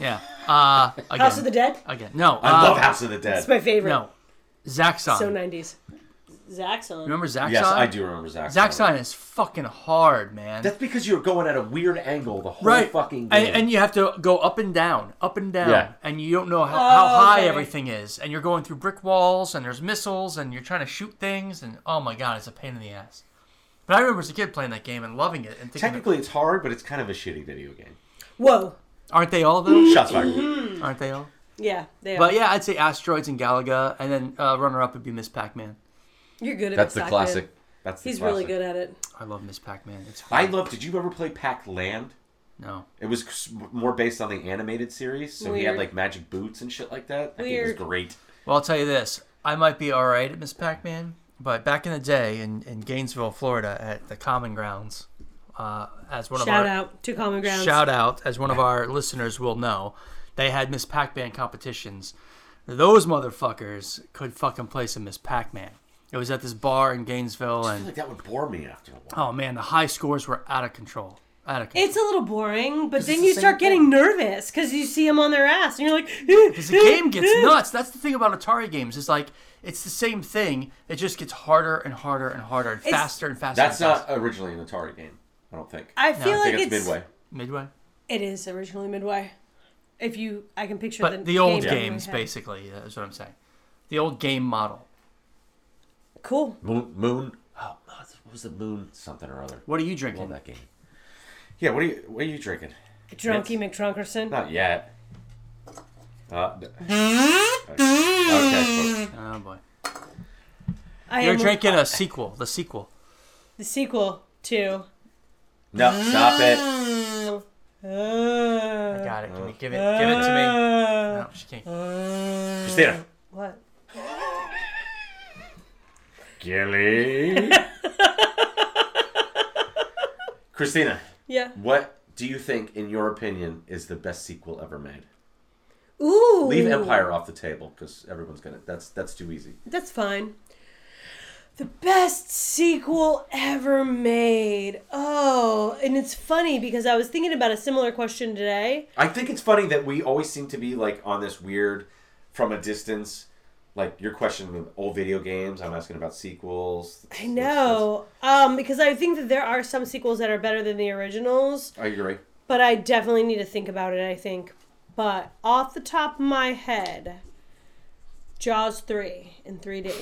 Speaker 4: yeah, uh, again,
Speaker 1: House of the Dead.
Speaker 4: again, no,
Speaker 2: I
Speaker 4: uh,
Speaker 2: love House of the Dead.
Speaker 1: It's my favorite.
Speaker 4: no, Zaxxon.
Speaker 1: So nineties. Zaxxon.
Speaker 4: Remember Zaxxon?
Speaker 2: Yes, I do remember Zack. Snyder.
Speaker 4: Zaxxon is fucking hard, man.
Speaker 2: That's because you're going at a weird angle the whole
Speaker 4: right,
Speaker 2: fucking game.
Speaker 4: and, and you have to go up and down, up and down,
Speaker 2: Yeah.
Speaker 4: and you don't know how, how high
Speaker 1: okay.
Speaker 4: everything is, and you're going through brick walls, and there's missiles, and you're trying to shoot things, and oh my god, it's a pain in the ass. But I remember as a kid playing that game and loving it, and thinking,
Speaker 2: Technically, it's hard, but it's kind of a shitty video game.
Speaker 1: Whoa.
Speaker 4: aren't they all though?
Speaker 2: Shots fired.
Speaker 1: Mm-hmm.
Speaker 4: aren't they all?
Speaker 1: Yeah, they are.
Speaker 4: But yeah, I'd say Asteroids and Galaga, and then uh, runner up would be Miss Pac Man.
Speaker 1: You're good at Miss
Speaker 2: That's the
Speaker 1: Pac-Man.
Speaker 2: classic. That's the
Speaker 1: He's
Speaker 2: classic.
Speaker 1: really good at it.
Speaker 4: I love Miss Pac Man. It's
Speaker 2: I
Speaker 4: fun.
Speaker 2: love. Did you ever play Pac Land?
Speaker 4: no.
Speaker 2: It was s- more based on the animated series, so he had
Speaker 1: Weird.
Speaker 2: like magic boots and shit like that. That game was
Speaker 1: Weird.
Speaker 2: great.
Speaker 4: Well, I'll tell you this: I might be all right at Miss Pac Man, but back in the day in, in Gainesville, Florida, at the Common Grounds, uh, as one
Speaker 1: Shout
Speaker 4: of our
Speaker 1: out to Common Grounds.
Speaker 4: shout out, as one of our listeners will know, they had Miss Pac Man competitions. Those motherfuckers could fucking play some Miss Pac Man. It was at this bar in Gainesville,
Speaker 2: I feel
Speaker 4: and
Speaker 2: like that would bore me after a while.
Speaker 4: oh man, the high scores were out of control. Out of control.
Speaker 1: It's a little boring, but
Speaker 2: it's
Speaker 1: then
Speaker 2: the
Speaker 1: you
Speaker 2: same
Speaker 1: start getting
Speaker 2: thing.
Speaker 1: nervous because you see them on their ass, and you're like,
Speaker 4: Because the game gets nuts. That's the thing about Atari games. Is like it's the same thing. It just gets harder and harder and harder and faster and faster.
Speaker 2: That's
Speaker 4: and
Speaker 2: not
Speaker 4: faster.
Speaker 2: originally an Atari game. I don't think.
Speaker 1: I feel
Speaker 2: I
Speaker 4: I
Speaker 1: like
Speaker 2: think it's,
Speaker 1: it's,
Speaker 2: Midway.
Speaker 4: midway.
Speaker 1: It is originally Midway. If you, I can picture
Speaker 4: But the old games,
Speaker 1: Midway
Speaker 4: uh,
Speaker 1: had.
Speaker 4: basically, is what I'm saying. The old game model.
Speaker 1: Cool.
Speaker 2: Moon, moon. Oh, what was the moon? Something or other.
Speaker 4: What are you
Speaker 2: Love
Speaker 4: drinking?
Speaker 2: that game. Yeah. What are you? What are you drinking?
Speaker 1: Drunky McTrunkerson.
Speaker 2: Not yet. Uh, d- okay. folks.
Speaker 4: Oh boy.
Speaker 1: I
Speaker 4: You're
Speaker 1: am
Speaker 4: drinking a sequel. The sequel.
Speaker 1: the sequel to.
Speaker 2: No, stop it.
Speaker 4: I
Speaker 1: Uh,
Speaker 4: got it. Can you give it? Give it to me.
Speaker 1: uh,
Speaker 4: No, she can't.
Speaker 2: Christina.
Speaker 1: what?
Speaker 2: Gilly. Christina,
Speaker 1: Yeah.
Speaker 2: what do you think, in your opinion, is the best sequel ever made?
Speaker 1: Ooh.
Speaker 2: Leave Empire off the table because everyone's gonna. That's that's too easy.
Speaker 1: That's fine. The best sequel ever made. Oh, and it's funny because I was thinking about a similar question today.
Speaker 2: I think it's funny that we always seem to be like on this weird, from a distance. Like you're questioning old video games. I'm asking about sequels.
Speaker 1: I know. Um, because I think that there are some sequels that are better than the originals,
Speaker 2: I agree.
Speaker 1: but I definitely need to think about it, I think. But off the top of my head, Jaws 3 in 3D.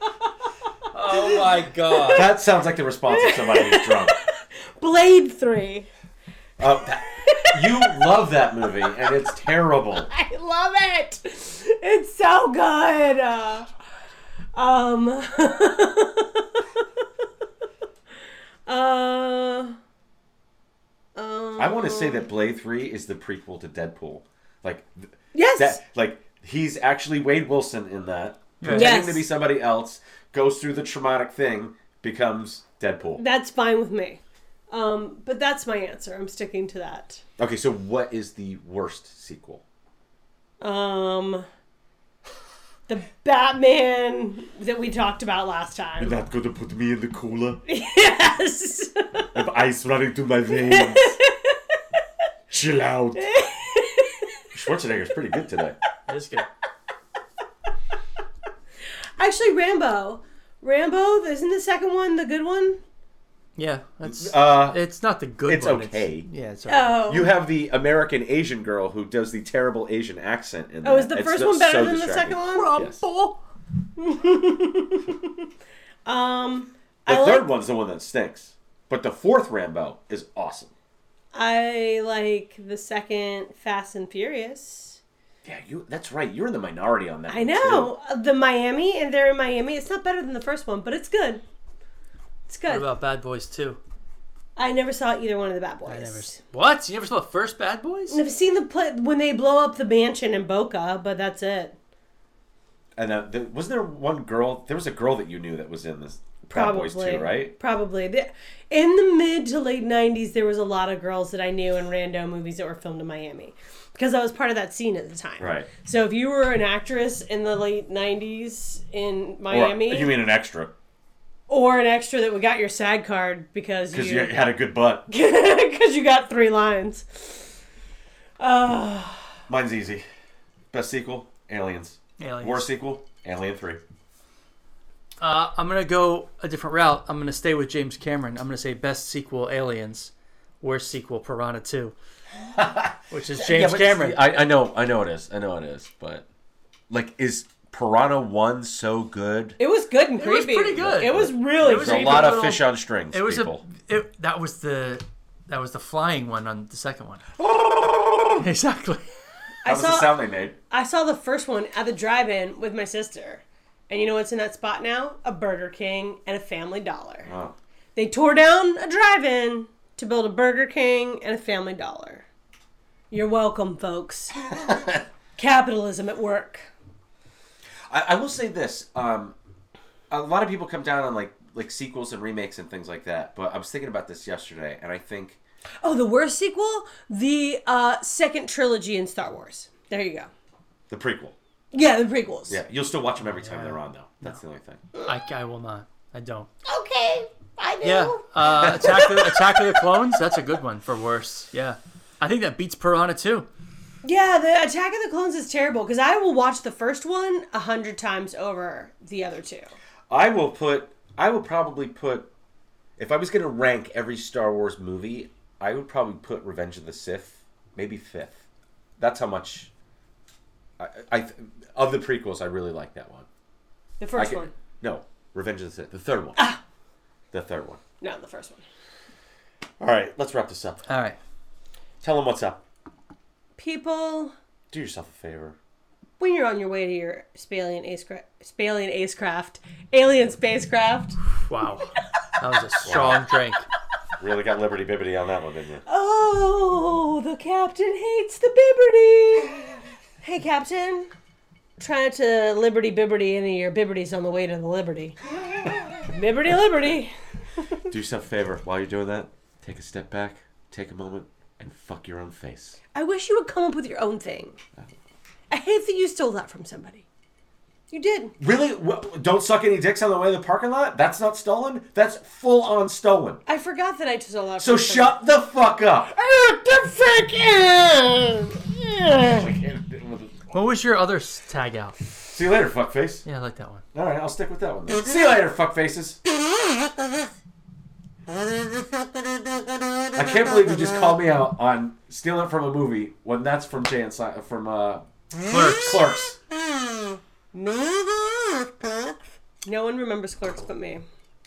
Speaker 4: Oh my god.
Speaker 2: That sounds like the response of somebody who's drunk.
Speaker 1: Blade 3.
Speaker 2: Uh, that- you love that movie, and it's terrible.
Speaker 1: I love it. It's so good. Uh, um. uh.
Speaker 2: I want to say that Blade Three is the prequel to Deadpool. Like th-
Speaker 1: Yes.
Speaker 2: that, like he's actually Wade Wilson in that, pretending
Speaker 1: Yes.
Speaker 2: to be somebody else, goes through the traumatic thing, becomes Deadpool.
Speaker 1: that's fine with me. Um, but that's my answer. I'm sticking to that.
Speaker 2: Okay, so what is the worst sequel?
Speaker 1: Um. The Batman that we talked about last time.
Speaker 2: Not gonna put me in the cooler
Speaker 1: Yes.
Speaker 2: of ice running through my veins. Chill out. Schwarzenegger's pretty good today.
Speaker 4: It is good.
Speaker 1: Actually, Rambo. Rambo, isn't the second one the good one?
Speaker 4: Yeah, that's.
Speaker 2: Uh,
Speaker 4: It's not the good
Speaker 2: It's
Speaker 4: one.
Speaker 2: okay.
Speaker 4: yeah, it's alright.
Speaker 1: Oh.
Speaker 2: You have the American Asian girl who does the terrible Asian accent in
Speaker 1: oh, is
Speaker 2: that.
Speaker 1: the
Speaker 2: It's
Speaker 1: first
Speaker 2: so-
Speaker 1: one better
Speaker 2: so
Speaker 1: than the
Speaker 2: distracting.
Speaker 1: second one?
Speaker 4: Rumble.
Speaker 1: Um,
Speaker 2: The
Speaker 1: I
Speaker 2: third
Speaker 1: like-
Speaker 2: one's the one that stinks. But the fourth Rambo is awesome.
Speaker 1: I like the second Fast and Furious.
Speaker 2: Yeah, you that's right. You're in the minority on that.
Speaker 1: I
Speaker 2: one,
Speaker 1: know Uh, the Miami, and they're in Miami. It's not better than the first one, but it's good. It's
Speaker 4: What
Speaker 1: good.
Speaker 4: about Bad Boys Two?
Speaker 1: I never saw either one of the Bad Boys.
Speaker 4: I never. s- What? You never saw the first Bad Boys?
Speaker 1: I've seen the play when they blow up the mansion in Boca, but that's it.
Speaker 2: too. And uh, the, wasn't there one girl? There was a girl that you knew that was in this Bad Boys too, right?
Speaker 1: Probably. The- In the mid to late '90s, there was a lot of girls that I knew in rando movies that were filmed in Miami, because I was part of that scene at the time.
Speaker 2: Right.
Speaker 1: So if you were an actress in the late '90s in Miami,
Speaker 2: Or, you mean an extra
Speaker 1: or an extra that we got your SAG card because
Speaker 2: because you
Speaker 1: you
Speaker 2: had a good butt.
Speaker 1: because you got three lines.
Speaker 2: Mine's easy. Best sequel, Aliens.
Speaker 4: Aliens.
Speaker 2: Worst sequel, Alien Three.
Speaker 4: Uh, I'm gonna go a different route. I'm gonna stay with James Cameron. I'm gonna say best sequel Aliens, worst sequel Piranha Two, which is James Cameron.
Speaker 2: I, I know, I know it is. I know it is. But like, is Piranha One so good?
Speaker 1: It was good and
Speaker 4: was
Speaker 1: creepy.
Speaker 4: pretty good.
Speaker 1: It was really
Speaker 4: It
Speaker 2: There's
Speaker 4: was
Speaker 2: a
Speaker 1: creepy.
Speaker 4: Creepy
Speaker 2: lot of
Speaker 4: little-
Speaker 2: fish on strings.
Speaker 4: it was
Speaker 2: people.
Speaker 4: a. It, that was the. That was the flying one on the second one. exactly.
Speaker 2: That was the
Speaker 1: saw-
Speaker 2: sound they made.
Speaker 1: I saw the first one at the drive-in with my sister, and you know what's in that spot now? A Burger King and a Family Dollar.
Speaker 2: Oh.
Speaker 1: They tore down a drive-in to build a Burger King and a Family Dollar. You're welcome, folks. Capitalism at work.
Speaker 2: I, I will say this: um, a lot of people come down on like like sequels and remakes and things like that. But I was thinking about this yesterday, and I think
Speaker 1: Oh, the worst sequel? The uh, second trilogy in Star Wars. There you go.
Speaker 2: the prequel.
Speaker 1: Yeah, the prequels.
Speaker 2: Yeah, you'll still watch them every time they're on, though. That's the only thing.
Speaker 4: I, I will not. I don't.
Speaker 3: Okay, I do.
Speaker 4: Yeah. Uh, Attack of the, Attack of the Clones. That's a good one for worst. Yeah. I think that beats Piranha Two.
Speaker 1: Yeah, the Attack of the Clones is terrible because I will watch the first one a hundred times over the other two.
Speaker 2: I will put. I will probably put. If I was going to rank every Star Wars movie, I would probably put Revenge of the Sith maybe fifth. That's how much I, I of the prequels, I really like that one.
Speaker 1: The
Speaker 2: I
Speaker 1: first
Speaker 2: get-
Speaker 1: one.
Speaker 2: No, Revenge of the Sith, the third one. The third one.
Speaker 1: No, the first one.
Speaker 2: All right, let's wrap this up.
Speaker 4: All right.
Speaker 2: Tell them what's up.
Speaker 1: People,
Speaker 2: Do yourself a favor.
Speaker 1: when you're on your way to your Spalian Acecraft, Spalian Acecraft, alien spacecraft.
Speaker 4: Wow. That was a strong drink.
Speaker 2: Really got liberty bibbity on that one, didn't you?
Speaker 1: Oh, the captain hates the bibberty. Hey, captain. Try not to liberty bibberty any of your bibberties on the way to the liberty. Bibberty liberty.
Speaker 2: Do yourself a favor while you're doing that. Take a step back, take a moment, and fuck your own face.
Speaker 1: I wish you would come up with your own thing. I hate that you stole that from somebody. You did.
Speaker 2: Really? Wha- Don't suck any dicks on the way to the parking lot? That's not stolen? That's full on stolen.
Speaker 1: I forgot that I stole that
Speaker 2: So
Speaker 1: from somebody.
Speaker 2: shut the fuck up.
Speaker 4: What was your other s- tag out?
Speaker 2: See you later, fuckface.
Speaker 4: Yeah, I like that one.
Speaker 2: All right, I'll stick with that one. then. See you later, fuckfaces. I can't believe you just called me out on stealing from a movie when that's from Jay and si- from uh,
Speaker 4: Clerks.
Speaker 2: Clerks.
Speaker 1: No one remembers clerks but me.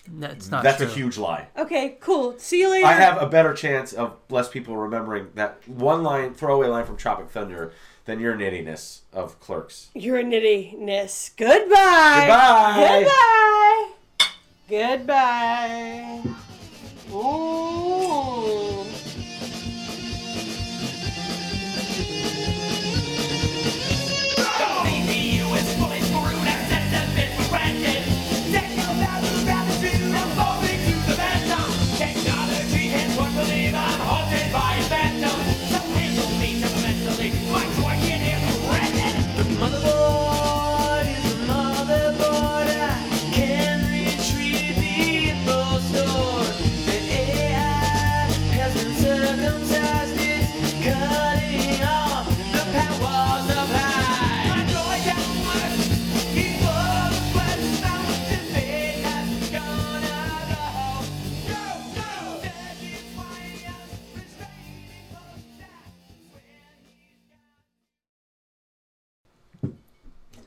Speaker 4: That's not
Speaker 2: That's a
Speaker 4: true.
Speaker 2: huge lie.
Speaker 1: Okay, cool. See you later.
Speaker 2: I have a better chance of less people remembering that one line, throwaway line from Tropic Thunder, than your nittiness of Clerks.
Speaker 1: Your nittiness. Goodbye.
Speaker 2: Bye.
Speaker 1: Goodbye. Goodbye. Ooh.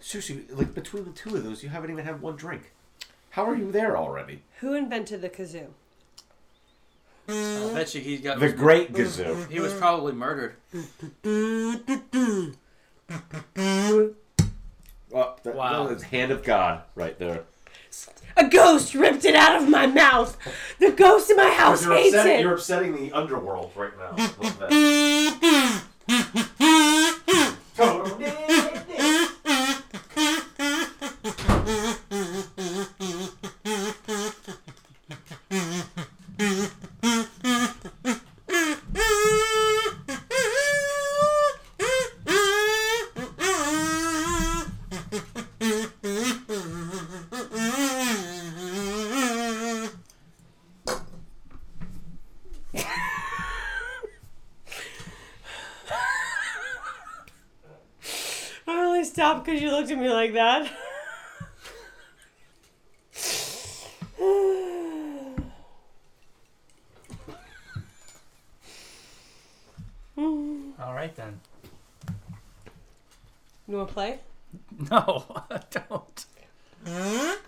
Speaker 2: Susie, like between the two of those, you haven't even had one drink. How are you there already?
Speaker 1: Who invented the kazoo?
Speaker 4: I bet you he got.
Speaker 2: The Great Gazoo.
Speaker 4: He was probably murdered.
Speaker 2: Well, Oh, that,
Speaker 4: Wow.
Speaker 2: that was hand of God right there.
Speaker 1: A ghost ripped it out of my mouth. The ghost in my house
Speaker 2: You're,
Speaker 1: hates
Speaker 2: upsetting,
Speaker 1: it.
Speaker 2: you're upsetting the underworld right now. Look at that.
Speaker 1: I only stopped because you looked at me like that.
Speaker 4: All right then.
Speaker 1: You want to play?
Speaker 4: No, I don't.